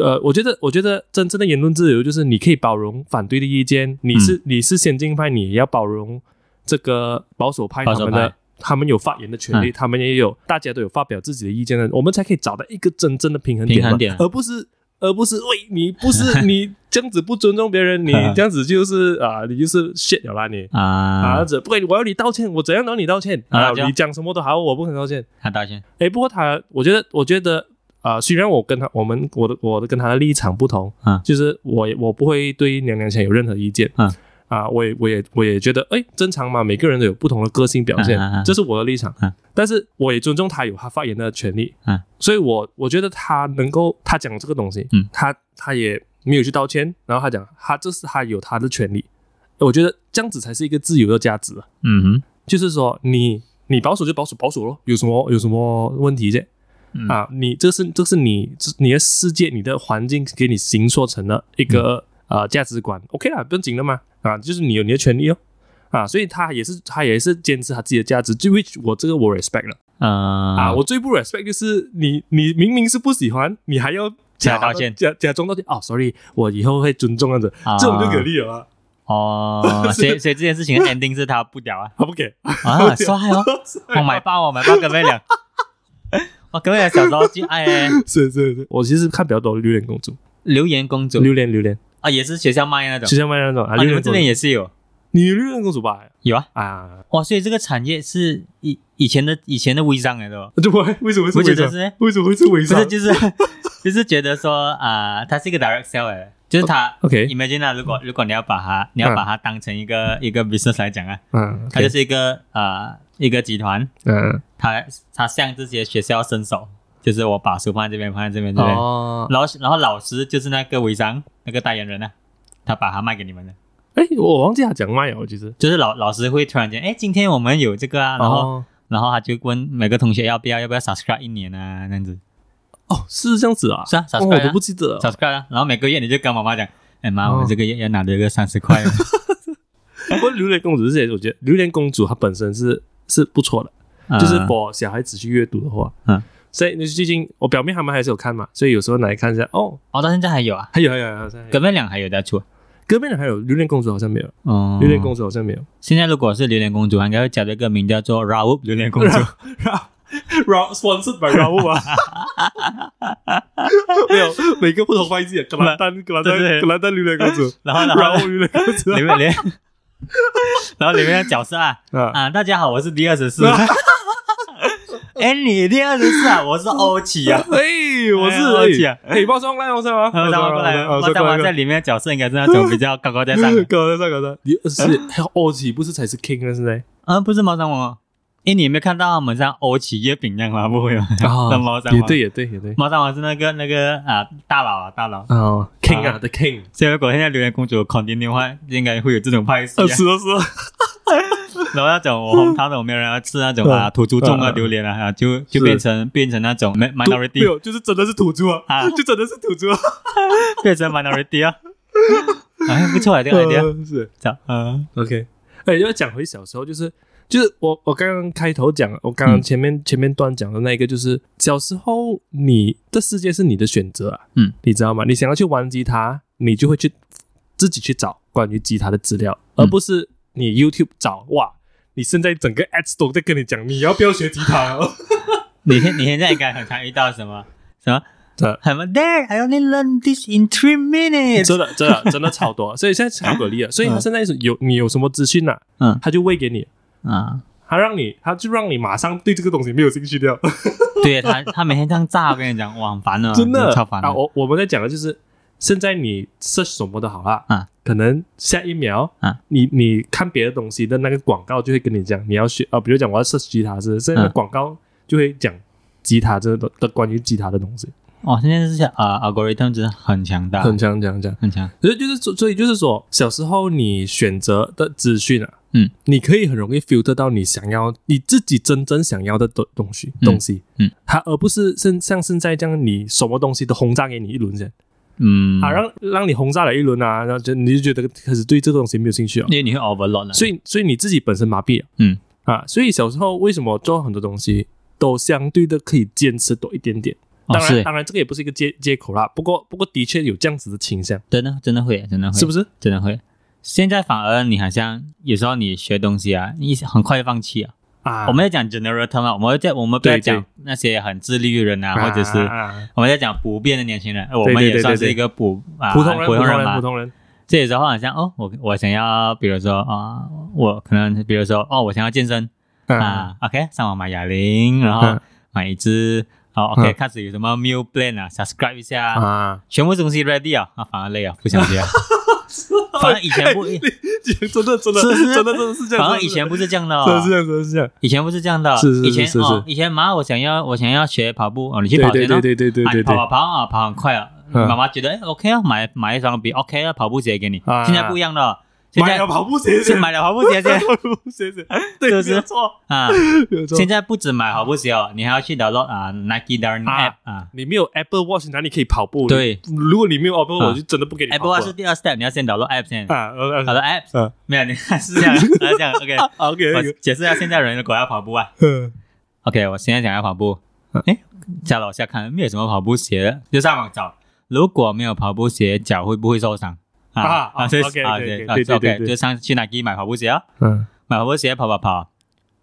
S1: 呃，我觉得，我觉得真正的言论自由就是你可以包容反对的意见，你
S2: 嗯
S1: 是、你是先进派，你也要包容这个保守派
S2: 保
S1: 他
S2: 守
S1: 们
S2: 派嗯
S1: 的，他们有发言的权利，他们也有大家都有发表自己的意见的，我们才可以找到一个真正的平衡点嘛，
S2: 平衡点
S1: 而不是而不是喂你不 是你这样子不尊重别人，你
S2: 嗯
S1: 这样子就是啊、你就是 shit 了啦你。啊，
S2: 啊，
S1: 这不可以，我要你道歉，我怎样都要你道歉
S2: 啊
S1: 啊！
S2: 这样
S1: 你讲什么都好，我不肯道歉。
S2: 他道歉，
S1: 诶，不过他，我觉得，我觉得，啊，虽然我跟他，我们我的我的跟他的立场不同，
S2: 啊
S1: 就是我我不会对娘娘腔有任何意见，
S2: 啊
S1: 啊，我也我也我也觉得，诶，正常嘛，每个人都有不同的个性表现，
S2: 啊啊啊
S1: 这是我的立场，
S2: 啊
S1: 但是我也尊重他有他发言的权利，
S2: 啊
S1: 所以我我觉得他能够他讲这个东西，
S2: 嗯
S1: 他他也没有去道歉，然后他讲他这是他有他的权利，我觉得这样子才是一个自由的价值啊。
S2: 嗯
S1: 就是说你你保守就保守保守咯，有什么有什么问题啫？
S2: 嗯
S1: 啊，你这是这是你这你的世界，你的环境给你形塑成了一个、
S2: 嗯
S1: 呃价值观，OK 啦，不用紧的嘛，啊，就是你有你的权利哦，啊，所以他也是他也是坚持他自己的价值，就 which 我这个我 respect 了
S2: 嗯
S1: 啊，我最不 respect 就是你你明明是不喜欢，你还要假
S2: 假 道歉
S1: 假假装道歉，哦，sorry，我以后会尊重这样子，
S2: 啊
S1: 这种就给力了啊，
S2: 哦，所以所以这件事情的 ending 是他不屌啊
S1: 他不 给，
S2: 啊，帅哦，我买爆，我买爆，跟妹 俩，我跟妹俩小时候就哎爱
S1: 是是是，我其实看比较多榴莲公主，
S2: 榴莲公主
S1: 榴莲榴莲，
S2: 啊，也是学校卖那种
S1: 就，像外面那种啊，
S2: 啊，
S1: 榴
S2: 你
S1: 莲
S2: 们这
S1: 公
S2: 边
S1: 主，
S2: 也是有
S1: 你榴莲公主吧？
S2: 有啊，
S1: 啊，
S2: 哇，所以这个产业是以以前的以前的微商来的哦，
S1: 对不？为什么是
S2: 我觉
S1: 伪
S2: 得
S1: 装？
S2: 是。
S1: 为什么会是伪
S2: 不
S1: 装
S2: 是，就是就是觉得说啊、它是一个 direct sale，来的就是它。
S1: 哦？OK，
S2: Imagine 啊，如果如果你要把它，你要把它当成一个一个 business 来讲啊，
S1: 嗯，
S2: 它就是一个呃一个集团，
S1: 嗯，
S2: 它它向这些学校伸手，就是我把书放在这边，放在这边，这边，
S1: 哦，
S2: 然后然后老师就是那个微商那个代言人呢、啊，他把它卖给你们的，
S1: 哎，我忘记他讲卖哦，其实，
S2: 就是老老师会突然间，哎，今天我们有这个啊，然后、
S1: 哦
S2: 然后他就问每个同学要不要要不要 subscribe 一年啊，那样子
S1: 哦，是这样子啊，
S2: 是啊
S1: 哦
S2: subscribe
S1: 我
S2: 啊
S1: 都不记得了
S2: subscribe 啊，然后每个月你就跟妈妈讲，哎妈，
S1: 哦
S2: 我们这个月要拿这个三十块啊，
S1: 不过榴莲公主是谁？我觉得榴莲公主她本身是是不错的，就是
S2: 嗯
S1: 我小孩子去阅读的话，
S2: 嗯，
S1: 所以那最近我表妹他们还是有看嘛，所以有时候拿来看一下。哦，
S2: 哦，到现在还有啊，
S1: 还有还有还有，还有
S2: 隔壁两还有在出，
S1: 隔壁的还有榴莲公主好像没有，
S2: 哦，
S1: 榴莲公主好像没有。
S2: 现在如果是榴莲公主，应该会加一个名叫做 Raoul 榴莲公主，
S1: Round sponsored by Round 吗？没有，每个不同翻译自己的格兰丹、格兰丹、
S2: 对对
S1: 格兰丹榴莲公主，
S2: 然后然后
S1: 然后榴莲公 主
S2: 里面连，然后里面的角色啊
S1: 啊，
S2: 啊，大家好，我是 D 二十四，哎，你 D 二十四啊，我是欧奇啊。
S1: 哎，我是
S2: 哎我起啊
S1: 哎，包装来，哦我上 吗？
S2: 然后过来，
S1: 我
S2: 我在我在里面的角色应该是那种比 较高高在上的，
S1: 搞得上搞得，你是还有欧奇不是才是 king 了，现 在
S2: 嗯，不是猫山王哦，哎，你有没有看到他们像欧奇月饼一样吗？不 会吗？那猫山王
S1: 也啊对也对也对
S2: 猫山王是那个那个啊大佬啊大佬，
S1: 啊，king 啊
S2: 啊
S1: ，the king，
S2: 所以如果现在榴莲公主 continue 的话，应该会有这种派系、啊。
S1: 二十，
S2: 然后那种我红糖的，我没有人要吃那种 啊
S1: 嗯
S2: 土著种的
S1: 嗯
S2: 榴莲啊，啊就
S1: 是
S2: 就变成变成那种 mi-
S1: 没
S2: minority，
S1: 有，就是真的是土著啊，
S2: 啊
S1: 就真的是土著啊，
S2: 变成 minority 啊。哎，不错啊，这个 idea，
S1: 呃 是
S2: 这样嗯
S1: OK，哎、要讲回小时候，就是就是我我刚刚开头讲，我刚刚
S2: 嗯
S1: 前面、前面段讲的那一个，就是小时候你的世界是你的选择啊，
S2: 嗯，
S1: 你知道吗？你想要去玩吉他，你就会去自己去找关于吉他的资料，而不是你 YouTube 找哇。你现在整个 a d s 都在跟你讲，你要不要学吉他、哦？
S2: 你现你现在应该很常遇到 什么什么
S1: 这
S2: 什么 There I only learned this in three minutes，
S1: 真的，真 的，真的超多，所以现在超给力了。所嗯以他现在是有你有什么资讯啊，
S2: 嗯
S1: 他就喂给你，
S2: 啊，
S1: 他让你，他就让你马上对这个东西没有兴趣掉。
S2: 对他他每天这样炸，我跟你讲，哇，很烦啊，
S1: 真的
S2: 超烦
S1: 啊！
S2: 的。
S1: 我我们在讲的就是，现在你 search 什么都好啦，
S2: 啊，
S1: 可能下一秒
S2: 啊，
S1: 你你看别的东西的那个广告就会跟你讲你要学啊，比如讲我要 search 吉他是，现在的
S2: 嗯
S1: 广告就会讲吉他这个的关于吉他的东西，
S2: 哦，现在是啊，algorithm 真的很强大，
S1: 很强强强。
S2: 很强。
S1: 所以就是所以就是说，小时候你选择的资讯啊，
S2: 嗯，
S1: 你可以很容易 filter 到你想要你自己真正想要的东东西
S2: 嗯
S1: 东西，
S2: 嗯，
S1: 它而不是像像现在这样，你什么东西都轰炸给你一轮先。
S2: 嗯，
S1: 啊，让让你轰炸了一轮啊，然后就你就觉得开始对这个东西没有兴趣了
S2: 因，为你会 overload 了，
S1: 所以所以你自己本身麻痹了，
S2: 嗯
S1: 啊，所以小时候为什么做很多东西都相对的可以坚持多一点点？
S2: 哦
S1: 当然，
S2: 是
S1: 当然这个也不是一个借借口啦，不过不过的确有这样子的倾向，
S2: 真的真的会，真的会，
S1: 是不是？
S2: 真的会。现在反而你好像有时候你学东西啊，你很快就放弃啊。
S1: 啊，
S2: 我们在讲 general term 啊，我们在我们不要
S1: 对对
S2: 讲那些很自律的人啊，或者是
S1: 啊
S2: 我们在讲不变的年轻人，呃我
S1: 对
S2: 们
S1: 对
S2: 也
S1: 对
S2: 算
S1: 对
S2: 是
S1: 对
S2: 一个普啊
S1: 普通人，普
S2: 普通
S1: 通
S2: 人
S1: 人，
S2: 嘛
S1: 普。通人，
S2: 这有时候好像哦，我我想要，比如说啊，我可能比如说哦，我想要健身
S1: 啊，
S2: 啊，OK，上网买哑铃，然
S1: 嗯
S2: 后买一支，好 OK，
S1: 嗯
S2: 开始有什么 meal plan 啊，subscribe 一下啊，
S1: 啊，
S2: 全部东西 ready 啊，啊，反而累啊，不想接啊。反而以前 不，
S1: 真的真的
S2: 是是
S1: 真的真的是这样，
S2: 反而以前不是这样的、
S1: 真的
S2: 哦
S1: 是，这样，真的是这样，
S2: 以前不是这样的哦，
S1: 是是是
S2: 以前
S1: 是
S2: 哦
S1: 是，
S2: 以前妈，我想要我想要学跑步哦，你去
S1: 对
S2: 跑
S1: 对
S2: 先
S1: 对
S2: 哦，
S1: 对对对
S2: 啊你
S1: 对
S2: 跑
S1: 对
S2: 跑跑啊，跑很快啊，
S1: 嗯
S2: 妈妈觉得哎 OK 啊，买买一双比 OK 的跑步鞋给你
S1: 啊，
S2: 现在不一样了哦。现在
S3: 买了跑步鞋
S2: 是
S3: 先，
S2: 买了跑步鞋先
S1: 谢谢，
S3: 对，
S2: 就是
S3: 没有错，
S2: 啊。
S1: 没有错
S2: 现在不止买跑步鞋哦，你还要去 download 啊 Nike 的 app 啊。
S1: 你没有 Apple Watch，哪里可以跑步？
S2: 对，啊
S1: 如果你没有 Apple，Watch，我就真的不给你跑
S2: Apple
S1: 步了
S2: Watch 是第二 step，你要先 download app 先。
S1: 啊呃呃
S2: download app
S1: 嗯
S2: 没有，你 是这样，是这样。OK，
S1: 啊，OK，
S2: 我
S1: 那个
S2: 解释一下现在人如果要跑步啊。
S1: 嗯
S2: OK，我现在想要跑步
S1: 嗯，
S2: 哎，家楼下看没有什么跑步鞋的，就上网找。如果没有跑步鞋，脚会不会受伤？
S1: 啊啊
S2: 所以
S1: OK，
S2: 啊
S1: OK，OK，
S2: 啊
S1: 对对
S2: OK，
S1: 对对
S2: 就上去 Nike 买跑步鞋哦，
S1: 嗯
S2: 买跑步鞋跑跑跑。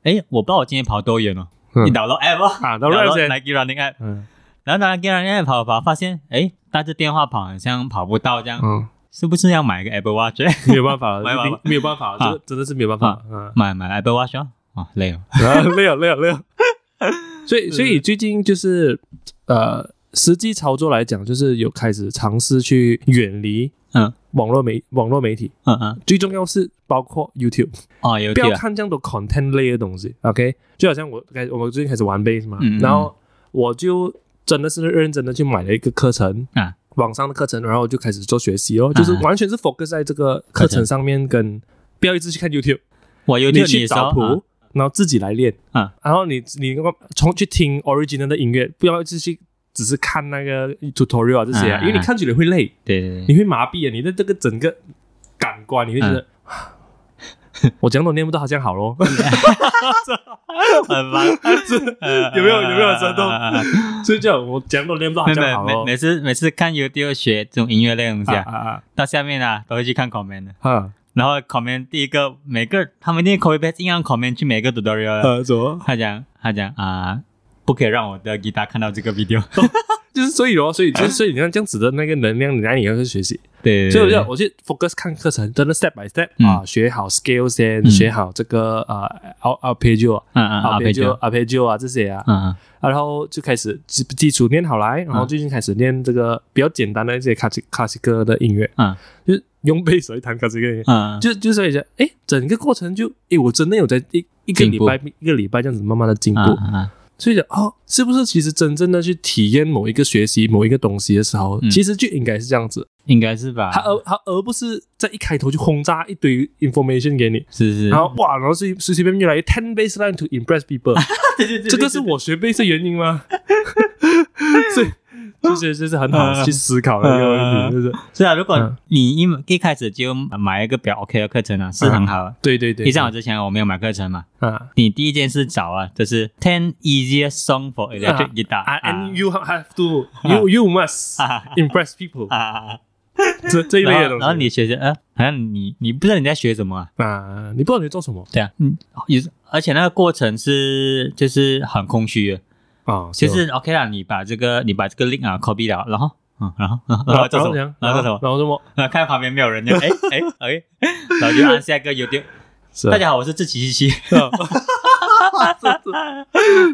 S2: 哎，我不知道我今天跑多远哦，
S1: 嗯
S2: 你导入 app 哦
S1: 啊，到
S2: 导入
S1: Run 先，
S2: Nike Running app，
S1: 嗯
S2: 然后 Nike Running app 跑跑跑，发现哎，带着电话跑好像跑不到这样，
S1: 嗯，
S2: 是不是要买一个 Apple Watch？
S1: 没有办法
S2: 没有
S1: 了
S2: 办法，
S1: 没有办法，
S2: 啊
S1: 这真的是没有办法，嗯。
S2: 买买 Apple Watch 哦，哦累哦，
S1: 啊， 累了累了累了。所以所以
S2: 嗯
S1: 最近就是呃，实际操作来讲，就是有开始尝试去远离
S2: 嗯
S1: 网络媒网络媒体，
S2: 嗯嗯，
S1: 最重要是包括 YouTube，
S2: 哦有
S1: 不
S2: 点
S1: 要看这样多 content 类的东西。OK，就好像我开我们最近开始玩 base 嘛，
S2: 嗯嗯
S1: 然后我就真的是认真的去买了一个课程
S2: 啊。
S1: 网上的课程，然后我就开始做学习哦，就是
S2: 啊
S1: 完全是 focus 在这个课程上面，跟不要一直去看 YouTube，
S2: 我有
S1: 你
S2: 点
S1: 去找谱，
S2: 啊
S1: 然后自己来练
S2: 嗯
S1: 然后你你从去听 original 的音乐，不要只去只是看那个 tutorial 啊这些啊，
S2: 嗯嗯
S1: 因为你看久了会累，
S2: 对对对，
S1: 你会麻痹啊，你的这个整个感官你会觉得。
S2: 啊
S1: 我讲都念不到，好像好咯。
S2: 很烦，
S1: 有没有有没有折中 所以就我讲都念不到，好
S2: 没
S1: 像
S2: 没
S1: 好
S2: 每
S1: 咯。
S2: 每次每次看 YouTube 学这种音乐类的东西
S1: 啊
S2: 啊，
S1: 啊
S2: 到下面啊都会去看 comment 的，
S1: 啊啊！
S2: 然后 comment 第一个每个他们一定 copy paste 硬要 comment 去每个 tutorial，的、
S1: 呃，什么？
S2: 他讲他讲啊。不可以让我的吉他看到这个 video。
S1: 就是所以咯，所以就是所以你看这样子的那个能量，你哪里要去学习？
S2: 对，
S1: 所以我就我去 focus 看课程，真的 step by step
S2: 嗯
S1: 啊，学好 scale 先，
S2: 嗯
S1: 学好这个呃 ar arpeggio 啊
S2: 嗯嗯，阿佩
S1: arpeggio
S2: 就
S1: arpeggio 啊这些啊，
S2: 嗯嗯
S1: 啊然后就开始基基础练好来，然后最近开始练这个比较简单的一些卡西卡西克的音乐，
S2: 嗯
S1: 就是用贝斯来弹卡西克音乐，
S2: 嗯，
S1: 就就所以讲，哎，整个过程就哎，我真的有在一一个
S2: 进
S1: 礼
S2: 步
S1: 拜一个礼拜这样子慢慢的进步，
S2: 嗯
S1: 所以讲哦，是不是其实真正的去体验某一个学习某一个东西的时候，
S2: 嗯
S1: 其实就应该是这样子，
S2: 应该是吧
S1: 他？而他而不是在一开头就轰炸一堆 information 给你，
S2: 是是
S1: 然， 后哇，然后随随随便便就来 ten baseline to impress people，这个是我学 base 的原因吗？ 所以就是就是很好去思考的一个问题，就是
S2: 是啊啊。如果
S1: 嗯
S2: 你一一开始就买一个比较 OK 的课程啊，是很好的。
S1: 对嗯对对，
S2: 就像我之前我没有买课程嘛，
S1: 啊
S2: 你第一件事找啊，就是 Ten Easiest Song for Electric Guitar
S1: 啊，and
S2: 啊
S1: you have to you you must
S2: 啊
S1: impress people
S2: 啊啊啊！
S1: 这这一类的东
S2: 然后
S1: 西，
S2: 然后你学学，呃，好像你你不知道你在学什么啊？
S1: 啊，你不知道你做什么
S2: 对啊，嗯，也是而且那个过程是就是哦很空虚的，
S1: 啊，
S2: 就是是 OK 啦，你把这个你把这个 link 啊 copy 了，然后嗯，然后嗯
S1: 然
S2: 然
S1: 后
S2: 后做什么
S1: 怎样？？
S2: 然后做什么？啊
S1: 然后什么？
S2: 然后看旁边没有人，就哎哎哎，然后就按下一个 YouTube。
S1: 是
S2: 大家好，我是志奇七七，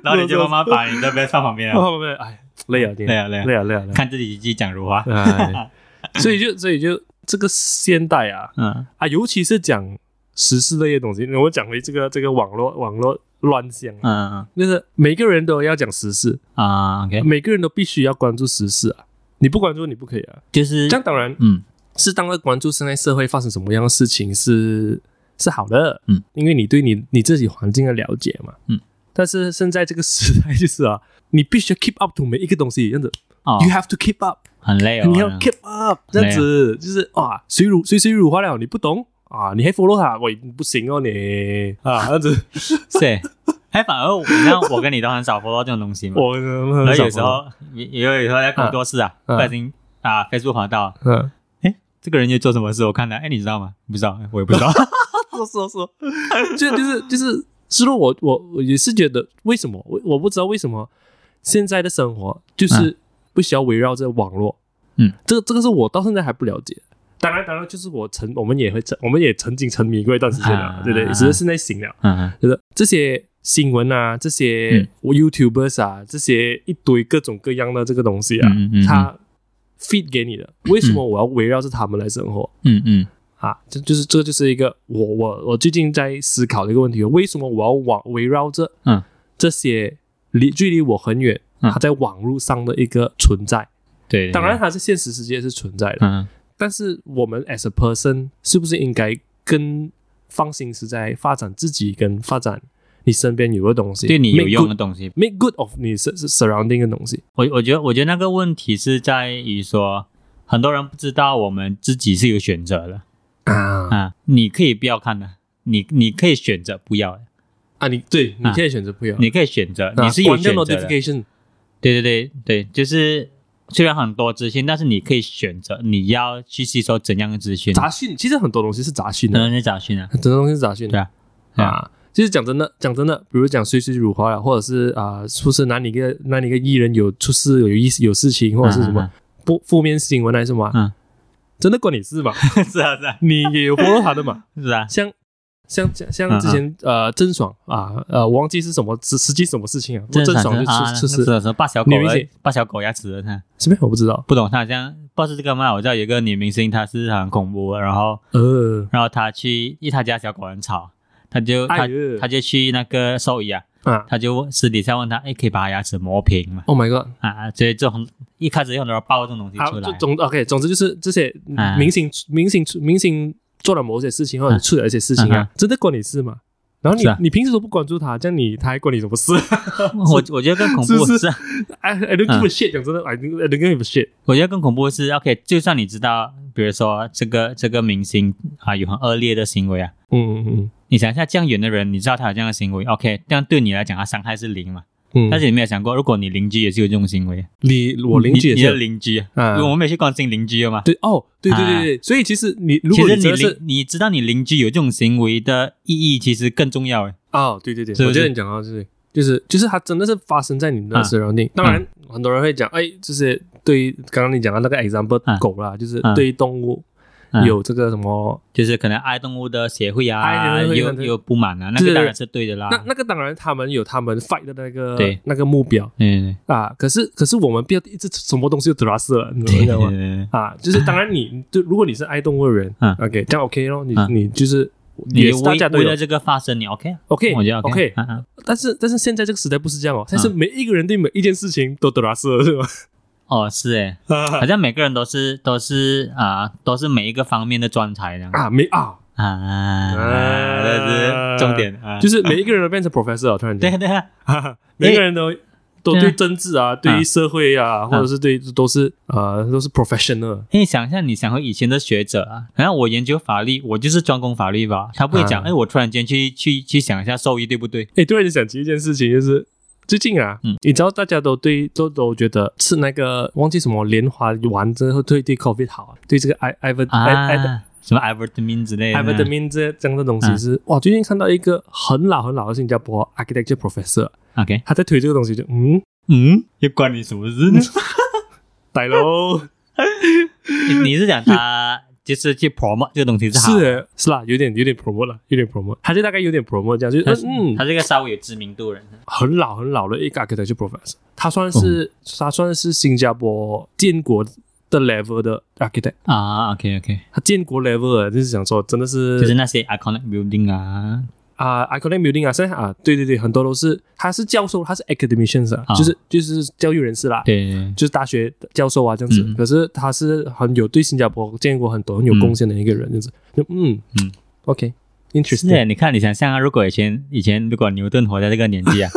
S2: 然后你就慢慢把你的 best 放旁边
S1: 不
S2: 啊，
S1: 不不，哎，累啊，累
S2: 累啊累啊
S1: 累啊， 累啊，累啊。
S2: 看自己七七讲如花。
S1: 哎，所以就所以就这个现代啊
S2: 嗯
S1: 啊，尤其是讲时事类的东西，我讲回这个这个网络网络乱象啊，
S2: 嗯嗯
S1: 就是每个人都要讲时事，
S2: 啊，OK，
S1: 每个人都必须要关注时事啊，你不关注你不可以啊。
S2: 就是
S1: 这样当然
S2: 嗯
S1: 适当的关注现在社会发生什么样的事情是是好的，
S2: 嗯，
S1: 因为你对你你自己环境的了解嘛，
S2: 嗯。
S1: 但是现在这个时代就是啊，你必须要 keep up to 每一个东西，这样子、
S2: 哦
S1: y o u have to keep up。
S2: 很累哦，
S1: 你要
S2: 嗯
S1: keep up 这样子，就是哇，水乳水水乳化了，你不懂啊，你还 follow 他，喂，不行哦你啊，这样子，
S2: 是，哎，反而我你看我跟你都很少 follow 这种东西嘛，
S1: 我
S2: 然
S1: 很
S2: 后
S1: 少
S2: 有时候也也有时候在工作室啊，
S1: 嗯
S2: 不小心啊 Facebook 滑到，
S1: follow，嗯，
S2: 这个人又做什么事，我看了，哎，你知道吗？不知道，哎我也 不知道，
S1: 说说说，就就是就是，是说我我我也是觉得为什么我我不知道为什么现在的生活就是不需要围绕着网络，
S2: 嗯，
S1: 这个这个是我到现在还不了解。当然，当然，就是我曾我们也会曾我们也曾经沉迷过一段时间了，
S2: 啊
S1: 对不对？只是现在醒了。
S2: 嗯
S1: 就是这些新闻啊，这些
S2: 嗯
S1: YouTubers 啊，这些一堆各种各样的这个东西啊，
S2: 嗯嗯嗯
S1: 它 feed 给你的，为什么我要围绕着他们来生活、
S2: 嗯嗯
S1: 啊？这就是这就是一个我我我最近在思考的一个问题，为什么我要往围绕着
S2: 嗯
S1: 这些离距离我很远，
S2: 嗯
S1: 它在网络上的一个存在？
S2: 对，对
S1: 当然，，它是现实世界是存在的，
S2: 嗯
S1: 但是我们 as a person 是不是应该更放心是在发展自己跟发展你身边有的东西，
S2: 对你有
S1: make
S2: 用
S1: good-
S2: 的东西。
S1: make good of 你 sur- sur- surrounding 的东西。
S2: 我我觉得，我觉得那个问题是在于说，很多人不知道我们自己是有选择的
S1: 啊
S2: 啊，你可以不要看的，你你可以选择不要的，
S1: 啊！你对，你
S2: 啊
S1: 可以选择不要，
S2: 你可以选择，
S1: 啊
S2: 你是有
S1: 关掉
S2: 选择的。
S1: notification
S2: 对对对对，就是虽然很多资讯，但是你可以选择你要去吸收怎样的资讯。
S1: 杂讯，其实很多东西是杂讯的，
S2: 嗯，是杂讯啊，
S1: 很多东西是杂讯的。
S2: 对啊对啊
S1: 啊其实讲真的，讲真的，比如讲谁谁辱华了，或者是啊，是不是哪里一个哪里一个艺人有出事有意思有事情，或者是什么
S2: 嗯嗯
S1: 不负面新闻还是什么啊？
S2: 嗯
S1: 真的关你事嘛？
S2: 是啊是啊
S1: 你也有 follow 他的嘛？
S2: 是啊，
S1: 像像像
S2: 嗯
S1: 像之前呃郑爽啊呃我忘记是什么实实际什么事情啊，郑爽就
S2: 啊，
S1: 出出
S2: 那
S1: 事
S2: 个时候把小狗
S1: 女明星
S2: 把小狗牙齿了他，
S1: 什么我不知道
S2: 不懂他好像不知道是这个嘛？我知道有一个女明星她是很恐怖的，然后
S1: 呃
S2: 然后她去因为她家小狗很吵，她就她
S1: 哎呦
S2: 她就去那个兽医啊，
S1: 啊
S2: 她就问私底下问她，哎，可以把牙齿磨平嘛？
S1: Oh my god
S2: 啊啊，所以这种一开始有很多人爆这种东西
S1: 啊
S2: 出
S1: 就
S2: 来，
S1: 总 OK 总之就是这些
S2: 啊
S1: 明星明星明星做了某些事情或者
S2: 啊
S1: 出了一些事情
S2: 啊
S1: 啊，真的关你事吗？然后你
S2: 是啊
S1: 你平时都不关注他，这样你他还关你什么事
S2: 我我觉得更恐怖
S1: 是是
S2: 的是。
S1: ？I I don't give a shit，讲真的，I don't I don't give a shit。
S2: 我觉得更恐怖的是，OK，就算你知道，比如说这个这个明星啊有很恶劣的行为啊，
S1: 嗯嗯
S2: 你想一下，这样远的人，你知道他有这样的行为，OK，这样对你来讲，他啊伤害是零嘛？
S1: 嗯，
S2: 但是你没有想过，如果你邻居也是有这种行为，
S1: 你我邻居也
S2: 你你的
S1: 是
S2: 邻居，
S1: 啊
S2: 我们没有去关心邻居的嘛？
S1: 对哦，对对对对，所以其实你如
S2: 啊其
S1: 果
S2: 实
S1: 你真
S2: 你
S1: 的
S2: 邻
S1: 是，
S2: 你知道你邻居有这种行为的意义，其实更重要诶。
S1: 哦，对对对，
S2: 是不
S1: 我觉得
S2: 是
S1: 你讲到这里，就是就是它真的是发生在你的
S2: 啊
S1: surrounding、当然，很多人会讲，哎，就是对于刚刚你讲到那个 example、
S2: 啊
S1: 狗啦，就是
S2: 啊
S1: 对于动物、
S2: 啊
S1: 有这个什么，
S2: 就是可能爱动物的协会啊，
S1: 爱动物
S2: 有
S1: 对
S2: 有不满啊，那
S1: 对对
S2: 个当然是对的啦。
S1: 那那个当然他们有他们 fight 的那个
S2: 对
S1: 那个目标
S2: 对对
S1: 啊，可是可是我们不要一直什么东西都 thrust 了，你
S2: 对对
S1: 知道
S2: 对
S1: 吗
S2: 对？对，
S1: 啊，就是当然你就如果你是爱动物的人、
S2: 啊
S1: o k 这样 OK 咯，你、
S2: 啊
S1: 你就是也
S2: 你
S1: 是大家
S2: 为
S1: 都
S2: 为
S1: 有
S2: 了这个发声，你 OK？
S1: OK，
S2: 我觉得
S1: OK，
S2: 啊啊
S1: 但是但是现在这个时代不是这样哦，现在是每一个人对每一件事情都得拉斯了，是吧？
S2: 哦，是诶。 好像每个人都是都是啊、都是每一个方面的专才这样啊
S1: 啊，没啊，
S2: 啊，这是重点啊，
S1: 就是每一个人都变成 professor 了，突然
S2: 对
S1: 间，
S2: 啊对啊，
S1: 每个人都都
S2: 对啊
S1: 对政治啊，对于社会啊，或者是对都是呃都是 professional
S2: 因为想一下，你想回以前的学者啊，然后我研究法律，我就是专攻法律吧，他不会讲，
S1: 啊
S2: 哎，我突然间去去去想一下兽医对不对？
S1: 哎，突然间想起一件事情，就是最近啊，
S2: 嗯
S1: 你知道大家都对都都觉得吃那个忘记什么莲花丸之后对对 COVID 好啊，对这个 i i v e r
S2: 啊，什么 Ivermin 之类的
S1: i v e r 明这这样的东西
S2: 嗯
S1: 是哇，最近看到一个很老很老的新加坡 architecture professor，
S2: 啊，OK，
S1: 他在推这个东西就嗯。
S2: 嗯，又关你什么事呢？
S1: 逮喽，
S2: 你你是讲他就是去 promote 这个东西 是好啊的，
S1: 是啊是啦，有点有点 promo 了，有点 promo，他就大概有点 promo 这样，就
S2: 他
S1: 是嗯，
S2: 他是一个稍微有知名度的人，
S1: 很老很老的一个 architecture professor，他算是、
S2: 嗯
S1: 他算是新加坡建国的 level 的 architect，
S2: 啊，OK OK，
S1: 他建国 level 的就是想说真的是
S2: 就是那些 iconic building 啊，
S1: 啊、i c o n i c building 啊，现在啊，对对对，很多都是他是教授，他是 academicians 啊，
S2: 啊
S1: 就是就是教育人士啦。
S2: 对对对。
S1: 就是大学教授啊，这样子。
S2: 嗯
S1: 可是他是很有对新加坡建国很多很有贡献的一个人，这样子。就嗯
S2: 嗯是
S1: ，OK，interesting，、
S2: 的，你看，你想象啊，如果以前以前如果牛顿活在这个年 纪啊，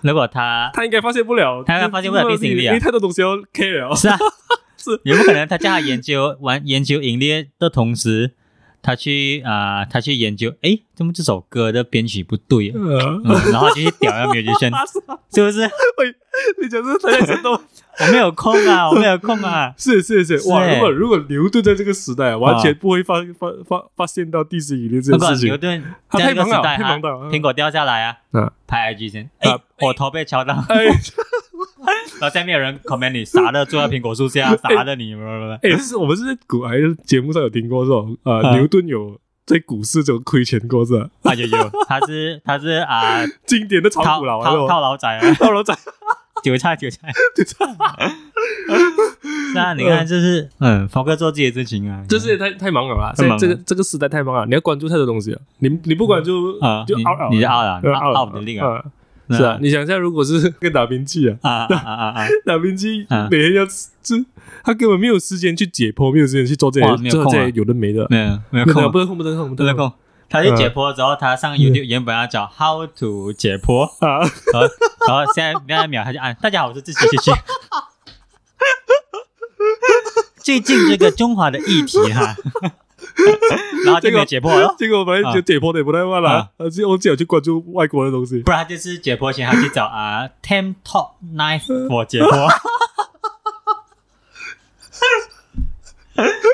S2: 如果他
S1: 他应该发现不了，
S2: 他应该发现不了地心引力
S1: 因
S2: 啊
S1: 为太多东西要 care 了。
S2: 是啊，
S1: 是
S2: 有没有可能他叫他研究完研究音乐的同时，他去啊、他去研究，诶，怎么这首歌的编曲不对、嗯，
S1: 呃，
S2: 然后就去屌那 musician，
S1: 是啊，
S2: 是不是？
S1: 喂，你讲这太生动，，
S2: 我没有空啊，我没有空啊
S1: 是是是，哇！
S2: 是
S1: 如果如果牛顿在这个时代啊，完全不会发发发发现到地心引力这
S2: 如
S1: 件
S2: 果
S1: 事
S2: 牛
S1: 情
S2: 顿
S1: 他
S2: 在
S1: 太
S2: 这个
S1: 忙
S2: 时
S1: 了
S2: 代
S1: 太
S2: 啊，
S1: 忙了
S2: 苹果掉下来啊，
S1: 啊。
S2: 拍 IG 先，诶，
S1: 啊
S2: 我头被敲到，
S1: 哎
S2: 然后下面有人 comment 你傻的坐在苹果树 下，傻的你，不不不。
S1: 哎，是我们是在古还是节目上有听过这种
S2: 啊
S1: 呃，牛顿有在股市中亏钱过是吧？
S2: 啊有有，他是他是啊、
S1: 经典的炒
S2: 套
S1: 股佬啊，
S2: 套
S1: 是吧
S2: 套牢仔啊，
S1: 套牢仔，
S2: 韭菜韭菜。
S1: 对这
S2: 那你看，就是嗯，峰哥做自己的事情啊，
S1: 这世界太太忙了吧？
S2: 太
S1: 现
S2: 忙
S1: 在
S2: 了
S1: 这个这个时代太忙了，你要关注太多东西了，你你不关注
S2: 啊，
S1: 就 out
S2: 你你是 out
S1: 对
S2: out
S1: out
S2: out 的 league 啊，
S1: 啊，是啊，你想一下，如果是个打兵器啊，
S2: 啊啊啊啊！啊
S1: 打兵器
S2: 啊
S1: 每天要这，他根本没有时间去解剖，没有时间去做这
S2: 哇
S1: 些
S2: 没有
S1: 做
S2: 空啊
S1: 这些有的没的，
S2: 没有没有
S1: 没有
S2: 空
S1: 不
S2: 啊，
S1: 得空不得空不
S2: 没
S1: 得
S2: 有
S1: 空
S2: 空。他去解剖之后，他上 YouTube 原本要
S1: 嗯
S2: 找 How to 解剖，
S1: 啊！
S2: 然后 然后现在那一秒他就按大家好，我是自己 谢谢。最近这个中华的议题哈， 然后就没有解剖了。啊
S1: 结果我本来就解剖的也不太慢啦，而且我只有去关注外国的东西。
S2: 不然他就是解剖前，他去找 啊 Tem Top Knife for 解剖。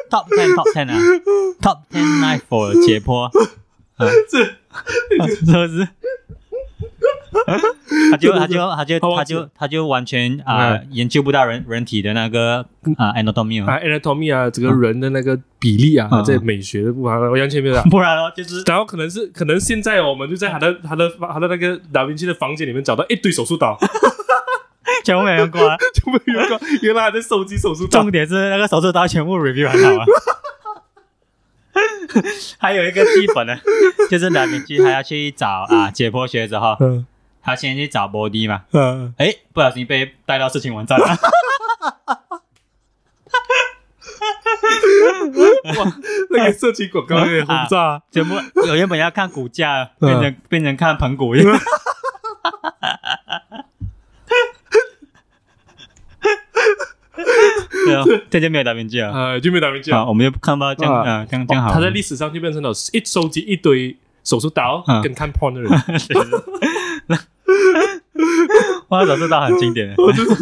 S2: top ten top ten 啊，top ten knife for 解剖， 啊、是不是？ 他就他就他就
S1: 他
S2: 他
S1: 忘记
S2: 就他就完全啊、研究不到人人体的那个啊、anatomy
S1: 啊
S2: 哦，
S1: ，anatomy 啊，整个人的那个比例啊，
S2: 嗯
S1: 在美学的部分啊，我完全没有啊。
S2: 不然哦就是
S1: 然后可能是可能现在哦我们就在他的他的他的那个达芬奇的房间里面找到一堆手术刀，
S2: 全部没有用过啊。
S1: 就没有用过原来还在收集手术刀
S2: 重。点是那个手术刀全部 review 很好啊。 还有一个基本的， 就是两明基他要去找啊解剖学之后，
S1: 嗯
S2: 他先去找 body 嘛，
S1: 嗯，
S2: 哎，不小心被带到事情网站了，
S1: 那个社区广告有点轰炸，
S2: 全部有原本要看股价，
S1: 嗯
S2: 变成变成看 盆骨，对啊，这就没有达明基了。
S1: 呃，就没有达芬奇
S2: 啊，
S1: 了。
S2: 我们就看不到这样，
S1: 啊
S2: 啊，这样这样好了。
S1: 他在历史上就变成了一收集一堆手术刀
S2: 嗯
S1: 跟看 porn 的人。
S2: 哇，手术刀很经典 的，
S1: 我就是，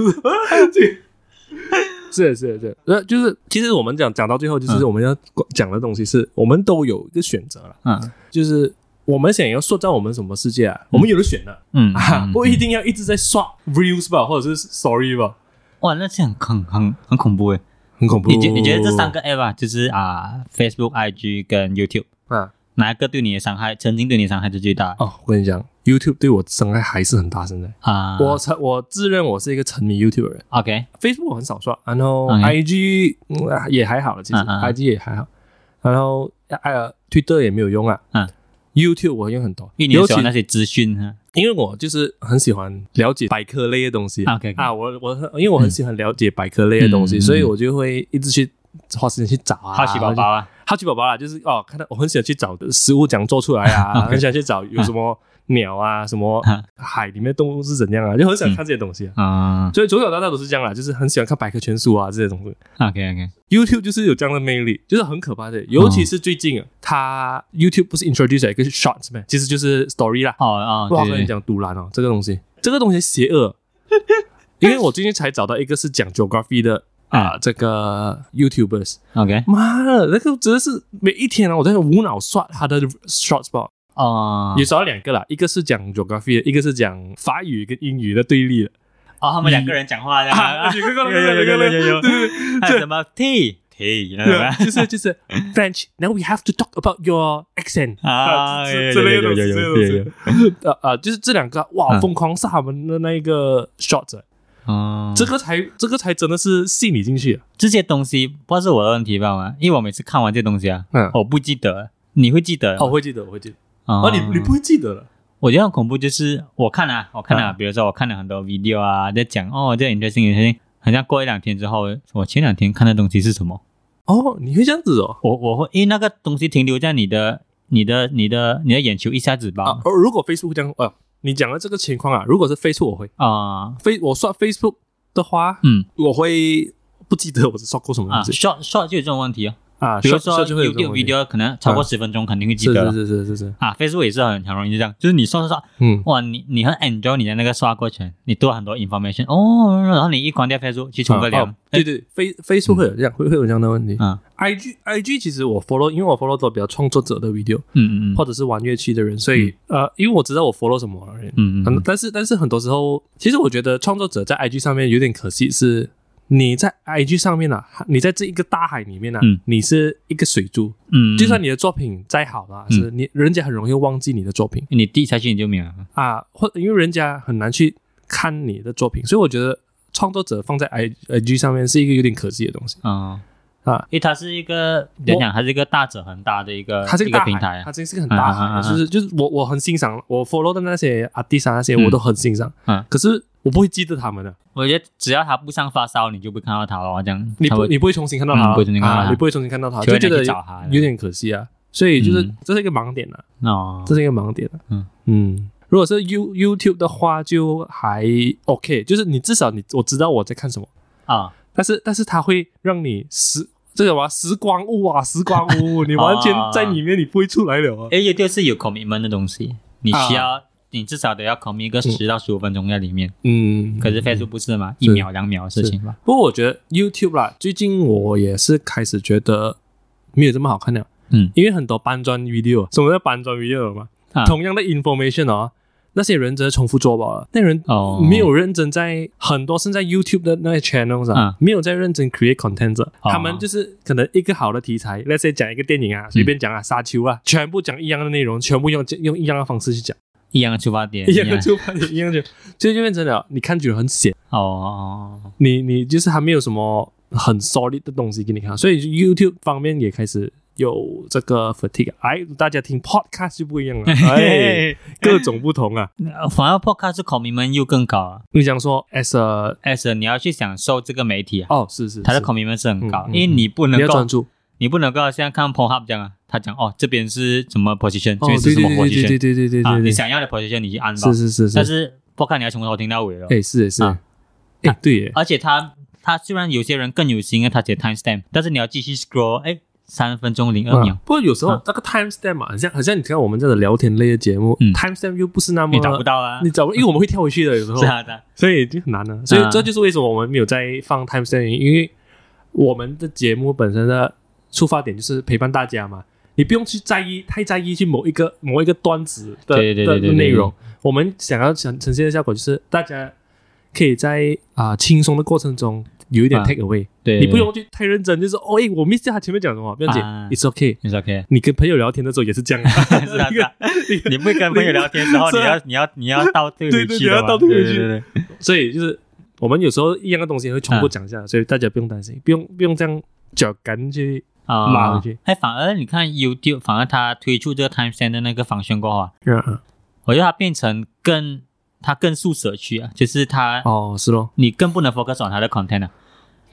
S1: 是是是，那就是其实我们讲讲到最后，就是我们要讲的东西是，我们都有一个选择了，
S2: 嗯
S1: 就是我们想要塑造我们什么世界啊，我们有的选的
S2: 嗯
S1: 啊，
S2: 嗯
S1: 不一定要一直在刷 reels 吧，或者是 story 吧，
S2: 哇，那是很很很很恐怖诶。
S1: 很恐怖。
S2: 你觉你觉得这三个 app 啊，就是啊、Facebook、IG 跟 YouTube，
S1: 啊？
S2: 哪一个对你的伤害，曾经对你的伤害是最大的
S1: 哦，我跟你讲，YouTube 对我伤害还是很大，现在。
S2: 啊？
S1: 我承我自认我是一个沉迷 YouTube 的人
S2: OK，
S1: ，Facebook 我很少刷，然后
S2: OK
S1: IG 嗯啊也还好了，其实
S2: 嗯嗯嗯
S1: IG 也还好，然后呃 Twitter 也没有用啊，
S2: 嗯
S1: ，YouTube 我用很多，
S2: 因为你
S1: 尤
S2: 很
S1: 其
S2: 喜欢那些资讯啊，
S1: 因为我就是很喜欢了解百科类的东西
S2: OK，OK
S1: 啊，我我很因为我很喜欢了解百科类的东西，
S2: 嗯嗯嗯嗯
S1: 所以我就会一直去花时间去找啊，
S2: 好奇宝宝啊，
S1: 好奇宝宝啦，就是哦，看到我很喜欢去找食物讲做出来啊，很喜欢去找有什么鸟啊，什么
S2: 啊
S1: 海里面的动物是怎样啊，就很想看这些东西 啊。
S2: 啊、
S1: 所以从小到大都是这样啦，就是很喜欢看百科全书啊这些东西。
S2: OK OK，
S1: YouTube 就是有这样的魅力，就是很可怕的。尤其是最近啊，它 YouTube 不是 introduce 了一个 Shorts 吗？其实就是 Story 啦。
S2: 哦哦，
S1: 哇，我跟
S2: 对
S1: 你
S2: 对，
S1: 讲，独蓝哦，这个东西，这个东西邪恶。 因为我最近才找到一个是讲 geography 的啊、这个 YouTubers，
S2: OK，
S1: 妈的，那个真的是每一天啊，我在无脑刷他的 shots 吧，
S2: 哦
S1: 也，刷了两个啦，一个是讲 geography 的，一个是讲法语跟英语的对立的。
S2: 哦，他们两个人讲话的，
S1: 啊，有
S2: 有
S1: 有
S2: 有有有有有，还有
S1: 这
S2: 什么 T T，
S1: 就是就是 French. Now we have to talk about your accent
S2: 啊，
S1: 之之类的
S2: 有
S1: 东西
S2: 有
S1: 之
S2: 有
S1: 类的
S2: 有
S1: 东
S2: 有，
S1: 西。呃呃，就是这两个哇，
S2: 嗯
S1: 疯狂杀们的那一个 shot，s
S2: 哦，
S1: 这个才这个才真的是吸你进去。
S2: 这些东西不知道是我的问题吧吗？因为我每次看完这东西啊，
S1: 嗯
S2: 我不记得，你会记得？
S1: 哦，我会记得，我会记得。
S2: 哦
S1: 哦，你你不会记得了。
S2: 我觉得很恐怖，就是我看啊，我看啊，
S1: 啊
S2: 比如说我看了很多 video 啊，在讲哦，这 interesting interesting，好像过一两天之后，我前两天看的东西是什么？
S1: 哦，你会这样子哦。
S2: 我我会因为那个东西停留在你的、你的、你的、你的眼球一下子
S1: 啊
S2: 吧，
S1: 而如果 Facebook 这样，呃，你讲的这个情况啊，如果是 Facebook，我会
S2: 啊，
S1: 非我刷 Facebook 的话，
S2: 嗯
S1: 我会不记得我是刷过什么
S2: 啊
S1: 东西
S2: ，short short 就有这种问题哦，
S1: 啊
S2: 比如
S1: short- short
S2: 说
S1: 就会有这种
S2: YouTube
S1: 问题
S2: video 可能超过
S1: 啊
S2: 十分钟肯定会记得了
S1: 是是是是是，
S2: 啊，Facebook 也是很很容易就这样，就是你刷刷刷，
S1: 嗯，
S2: 哇，你你很 enjoy 你的那个刷过程，你多了很多 information 哦，然后你一关掉 Facebook 去冲个
S1: 啊
S2: 凉
S1: 哦，对对，Face Facebook 会有
S2: 嗯
S1: 这样会会有这样的问题
S2: 啊
S1: IG IG 其实我 follow，因为我 follow 都比较创作者的 video
S2: 嗯嗯嗯嗯
S1: 或者是玩乐器的人，所以呃，因为我知道我 follow 什么了人，
S2: 嗯嗯
S1: 很
S2: 嗯，
S1: 但是但是很多时候，其实我觉得创作者在 IG 上面有点可惜是。你在 IG 上面啊，你在这一个大海里面啊，
S2: 嗯
S1: 你是一个水珠，
S2: 嗯
S1: 就算你的作品再好啦，
S2: 嗯
S1: 是你人家很容易忘记你的作品
S2: 你递下去你就没有了。
S1: 啊，或因为人家很难去看你的作品，所以我觉得创作者放在 i i g 上面是一个有点可惜的东西
S2: 啊、
S1: 啊，
S2: 因为它是一个怎样讲，它是一个大者恒大的一个
S1: 它是
S2: 一
S1: 个
S2: 个
S1: 大
S2: 平
S1: 海
S2: 台
S1: 它，真是个很大海，
S2: 嗯嗯嗯嗯
S1: 就是就是我我很欣赏，我 follow 的那些阿迪莎那些我都很欣赏，
S2: 嗯
S1: 可是我不会记得他们的，
S2: 我觉得只要它不上发烧，你就不会看到它了，这样
S1: 你
S2: 它
S1: 不
S2: 会
S1: 你不会重新看到他，
S2: 嗯不会重新看到
S1: 啊
S2: 他
S1: 你不会重新看到他，
S2: 除
S1: 就
S2: 非
S1: 觉
S2: 你
S1: 得
S2: 去找它
S1: 有点可惜啊，所以就是
S2: 嗯
S1: 这是一个盲点啊，
S2: 哦
S1: 这，是一个盲点啊，
S2: 嗯
S1: 嗯。如果是 You YouTube 的话，就还 OK，就是你至少你我知道我在看什么，
S2: 啊，
S1: 但是但是它会让你时这个什么时光屋啊，时光屋，你完全在里面，你不会出来了啊。
S2: 哎，也就是有 commitment 的东西，你需要你至少得要 commit 一个十到十五分钟在里面，
S1: 嗯，
S2: 可是 Facebook 不是嘛，一秒两秒的事情吧？
S1: 不过我觉得 YouTube 啦，最近我也是开始觉得没有这么好看了，
S2: 嗯
S1: 因为很多搬砖 video，什么叫搬砖 video 嘛？
S2: 啊
S1: 同样的 information 哦，那些人真的重复做饱了，那人
S2: 哦
S1: 没有认真在很多现在 YouTube 的那些 channel 上、
S2: 啊
S1: 没有在认真 create content，的、
S2: 哦嗯
S1: 他们就是可能一个好的题材，那些讲一个电影啊，随便讲啊，沙丘啊，全部讲一样的内容，全部用用一样的方式去讲，
S2: 一样的出发点，
S1: 一样的出发点，一样的， 所以就变成了你看久了很显，
S2: 哦哦，哦
S1: 你你就是还没有什么很 solid 的东西给你看，所以 YouTube 方面也开始。有这个 fatigue，哎，大家听 podcast 就不一样 了，哎，各种不同啊。
S2: 呃反而 podcast 是 commitment 又更高啊
S1: 你想说 as a
S2: ，as 你要去享受这个媒体啊，
S1: 哦，是是，
S2: 它的
S1: 是
S2: commitment 是很高，
S1: 嗯嗯
S2: 因为你不
S1: 你
S2: 能
S1: 要
S2: 够
S1: 专注
S2: 你不能够像看 Pornhub 这样啊，他讲哦这边是什么 position，这边
S1: 对
S2: 是什
S1: 哦对
S2: 么
S1: 对
S2: position
S1: 对对对对对
S2: 啊，你
S1: 对对，
S2: 想要的 position 你去按吧，
S1: 是是是
S2: 但
S1: 是，
S2: 是 podcast 你要从头听到尾了，
S1: 哎是是
S2: 啊，
S1: 哎对耶，
S2: 而且他他虽然有些人更有心啊，他写 timestamp，但是你要继续 scroll，哎，三分钟零二
S1: 啊
S2: 秒，
S1: 不过有时候
S2: 啊
S1: 那个 timestamp 嘛，很像很像你看我们这样的聊天类的节目
S2: 嗯
S1: ，timestamp 又不是那么
S2: 你找不，到啊
S1: 你，找不，因为我们会跳回去的有时候
S2: 是，啊的，是啊
S1: 所以就很难了。所以这就是为什么我们没有在放 timestamp，因为我们的节目本身的出发点就是陪伴大家嘛。你不用去在意，太在意去某一个某一个端子的
S2: 对对对
S1: 的
S2: 对
S1: 的
S2: 对
S1: 内容。我们想要呈呈现的效果就是，大家可以在啊、轻松的过程中有一点
S2: 啊
S1: take away，、
S2: 对，
S1: 你不用去太认真，就是哦，诶，我 miss 掉他前面讲什么，不要紧、
S2: 啊
S1: i t s okay。
S2: 对，你说 OK，
S1: 你跟朋友聊天的时候也是这样、啊，
S2: 是啊是啊，
S1: 你
S2: 你不会跟朋友聊天之后，
S1: 是
S2: 你
S1: 啊
S2: 要你要你要倒退
S1: 对
S2: 回
S1: 对
S2: 去
S1: 你
S2: 的
S1: 要
S2: 嘛
S1: 倒退回去
S2: 对对对对
S1: 所以就是我们有时候一样的东西会重复
S2: 啊
S1: 讲一下，所以大家不用担心，不用不用这样脚赶去。
S2: 啊，
S1: 拉回去。
S2: 哎，反而你看 YouTube，反而他推出这个 timestamp 的那个防宣过后啊，
S1: 嗯，
S2: 我觉得它变成更它更速舍去啊，就是它
S1: 哦，是咯，
S2: 你更不能 focus on 它的 content 啊。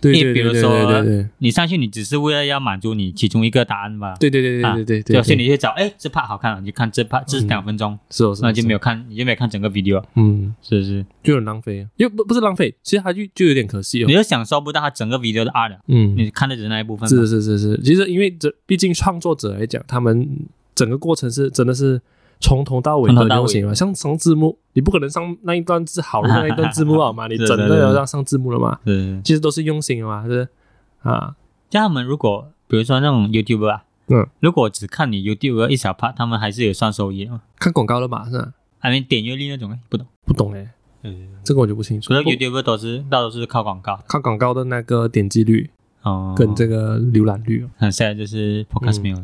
S1: 对
S2: 因
S1: 对
S2: 为
S1: 对
S2: 比如
S1: 对对
S2: 说
S1: 对对
S2: 你上去，你只是为了要满足你其中一个答案吧？
S1: 对对对对对对对，
S2: 所以你去找，哎，这 part 好看，你就看这 part 这
S1: 嗯
S2: 两分钟，
S1: 是哦，是
S2: 那就没
S1: 有，
S2: 有看，你就没有看整个 video，啊
S1: 嗯，
S2: 是不是？
S1: 就很浪费啊，又不不是浪费，其实它就就有点可惜哦
S2: 你，就享受不到它整个 video 的 art，啊
S1: 嗯，
S2: 你看的只是那一部分嘛。
S1: 是是是是，其实因为这毕竟创作者来讲，他们整个过程是真的是从头到尾
S2: 从
S1: 都
S2: 头到
S1: 用
S2: 尾
S1: 心嘛，像上字幕，你不可能上那一段字好的那一段字幕好嘛，你
S2: 是
S1: 整
S2: 是
S1: 个
S2: 是
S1: 要让上字幕了嘛，
S2: 是是，
S1: 其实都是用心的嘛，是不是啊，
S2: 像他们如果比如说那种 YouTuber 啊，
S1: 嗯，
S2: 如果只看你 YouTuber 一小 part，他们还是有算收益的嘛，
S1: 看广告了嘛，是吧？
S2: 还没点阅率那种，哎不懂。
S1: 不懂哎、
S2: 嗯，
S1: 这个我就不清楚。
S2: 除了
S1: 不
S2: YouTuber 都是大多数是靠广告，
S1: 看广告的那个点击率
S2: 哦，
S1: 跟这个浏览率哦，
S2: 很现在就是 podcast
S1: 嗯
S2: 没有了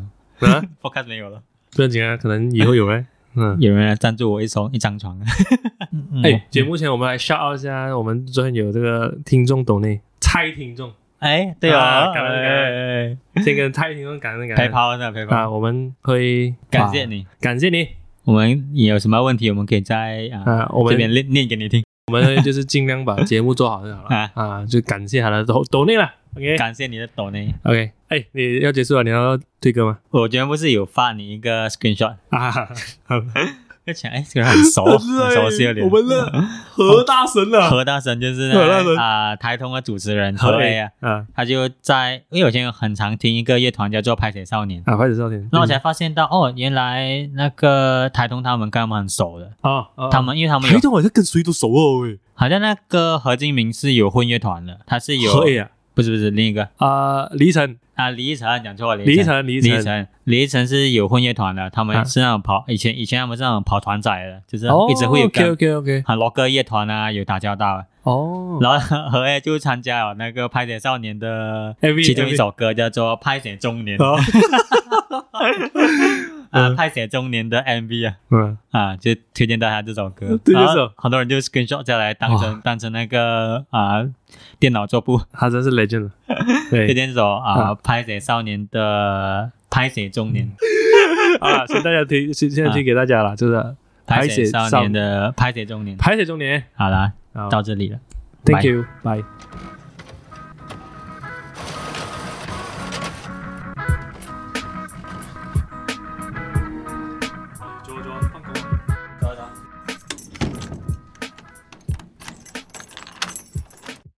S1: 啊，
S2: ，podcast 没有了，
S1: 不要紧啊，可能以后有 哎。嗯，
S2: 有人来赞助我一双一张床。 嗯
S1: 哎，节目前我们来 shout out 一下，我们昨天有这个听众懂内蔡听众，
S2: 哎，哎对
S1: 啊
S2: 啊，
S1: 感恩感
S2: 恩，
S1: 先跟蔡听众感恩感
S2: 陪
S1: 恩
S2: 跑的陪跑，
S1: 啊，我们会
S2: 感谢
S1: 把
S2: 你。
S1: 感谢你
S2: 我们也有什么问题，我们可以在啊
S1: 啊，我们
S2: 这边念念给你听。
S1: 我们就是尽量把节目做好就好了
S2: 啊
S1: 啊，就感谢他的抖抖内了，OK
S2: 感谢你的抖呢。
S1: OK，哎，你要结束了，你要推歌吗？
S2: 我昨天不是有发你一个 screenshot，
S1: 啊，好
S2: 就想哎，这个人很
S1: 哦
S2: 熟，很熟悉的脸。
S1: 啊我们的何大神了，
S2: 何大神就是
S1: 何大神
S2: 那啊台通的主持人何磊啊，
S1: 啊
S2: 他就在，因为我以前很常听一个乐团叫做拍写少年。
S1: 啊，拍手少年，
S2: 然后我才发现到，哦，原来那个台通他们跟他们很熟的，
S1: 啊，啊
S2: 嗯他们因为他们
S1: 台
S2: 有，
S1: 东好像跟谁都熟哦，喂，
S2: 好像那个何敬明是有混乐团的，他是有，
S1: 可以啊，
S2: 不是不是另一个，
S1: 啊，李晨，
S2: 啊，李依晨讲错了，
S1: 李
S2: 依
S1: 晨，李
S2: 李依
S1: 晨，
S2: 晨，李依晨是有混乐团的，他
S1: 啊
S2: 们是那种跑、以前以前他们是那种跑团仔的，就是
S1: 哦
S2: 一直会有
S1: ，OK
S2: 跟
S1: OK OK，
S2: 很多个乐团啊有打交道的。
S1: 哦，
S2: 然后 何烨就参加了那个《拍写少年》的
S1: MV
S2: 其中一首歌叫做《拍写中年》，
S1: 哦
S2: 呃
S1: 嗯
S2: 啊拍写中年的 MV 啊
S1: 嗯，
S2: 啊，就推荐大家这首歌，
S1: 对
S2: 然后
S1: 这首
S2: 很多人就 screenshot 下来当成当成那个啊电脑桌布，
S1: 他真是 legend 了。
S2: 推
S1: 对，
S2: 荐这首啊拍写少年的拍写中年，
S1: 好了，啊所以大家推现现在
S2: 啊
S1: 推给大家了，就是
S2: 拍
S1: 拍
S2: 写
S1: 写
S2: 少
S1: 少
S2: 年的拍写中年，
S1: 排水中年。
S2: 好啦，
S1: 好
S2: 到这里了。
S1: ，Thank
S2: bye
S1: you，bye。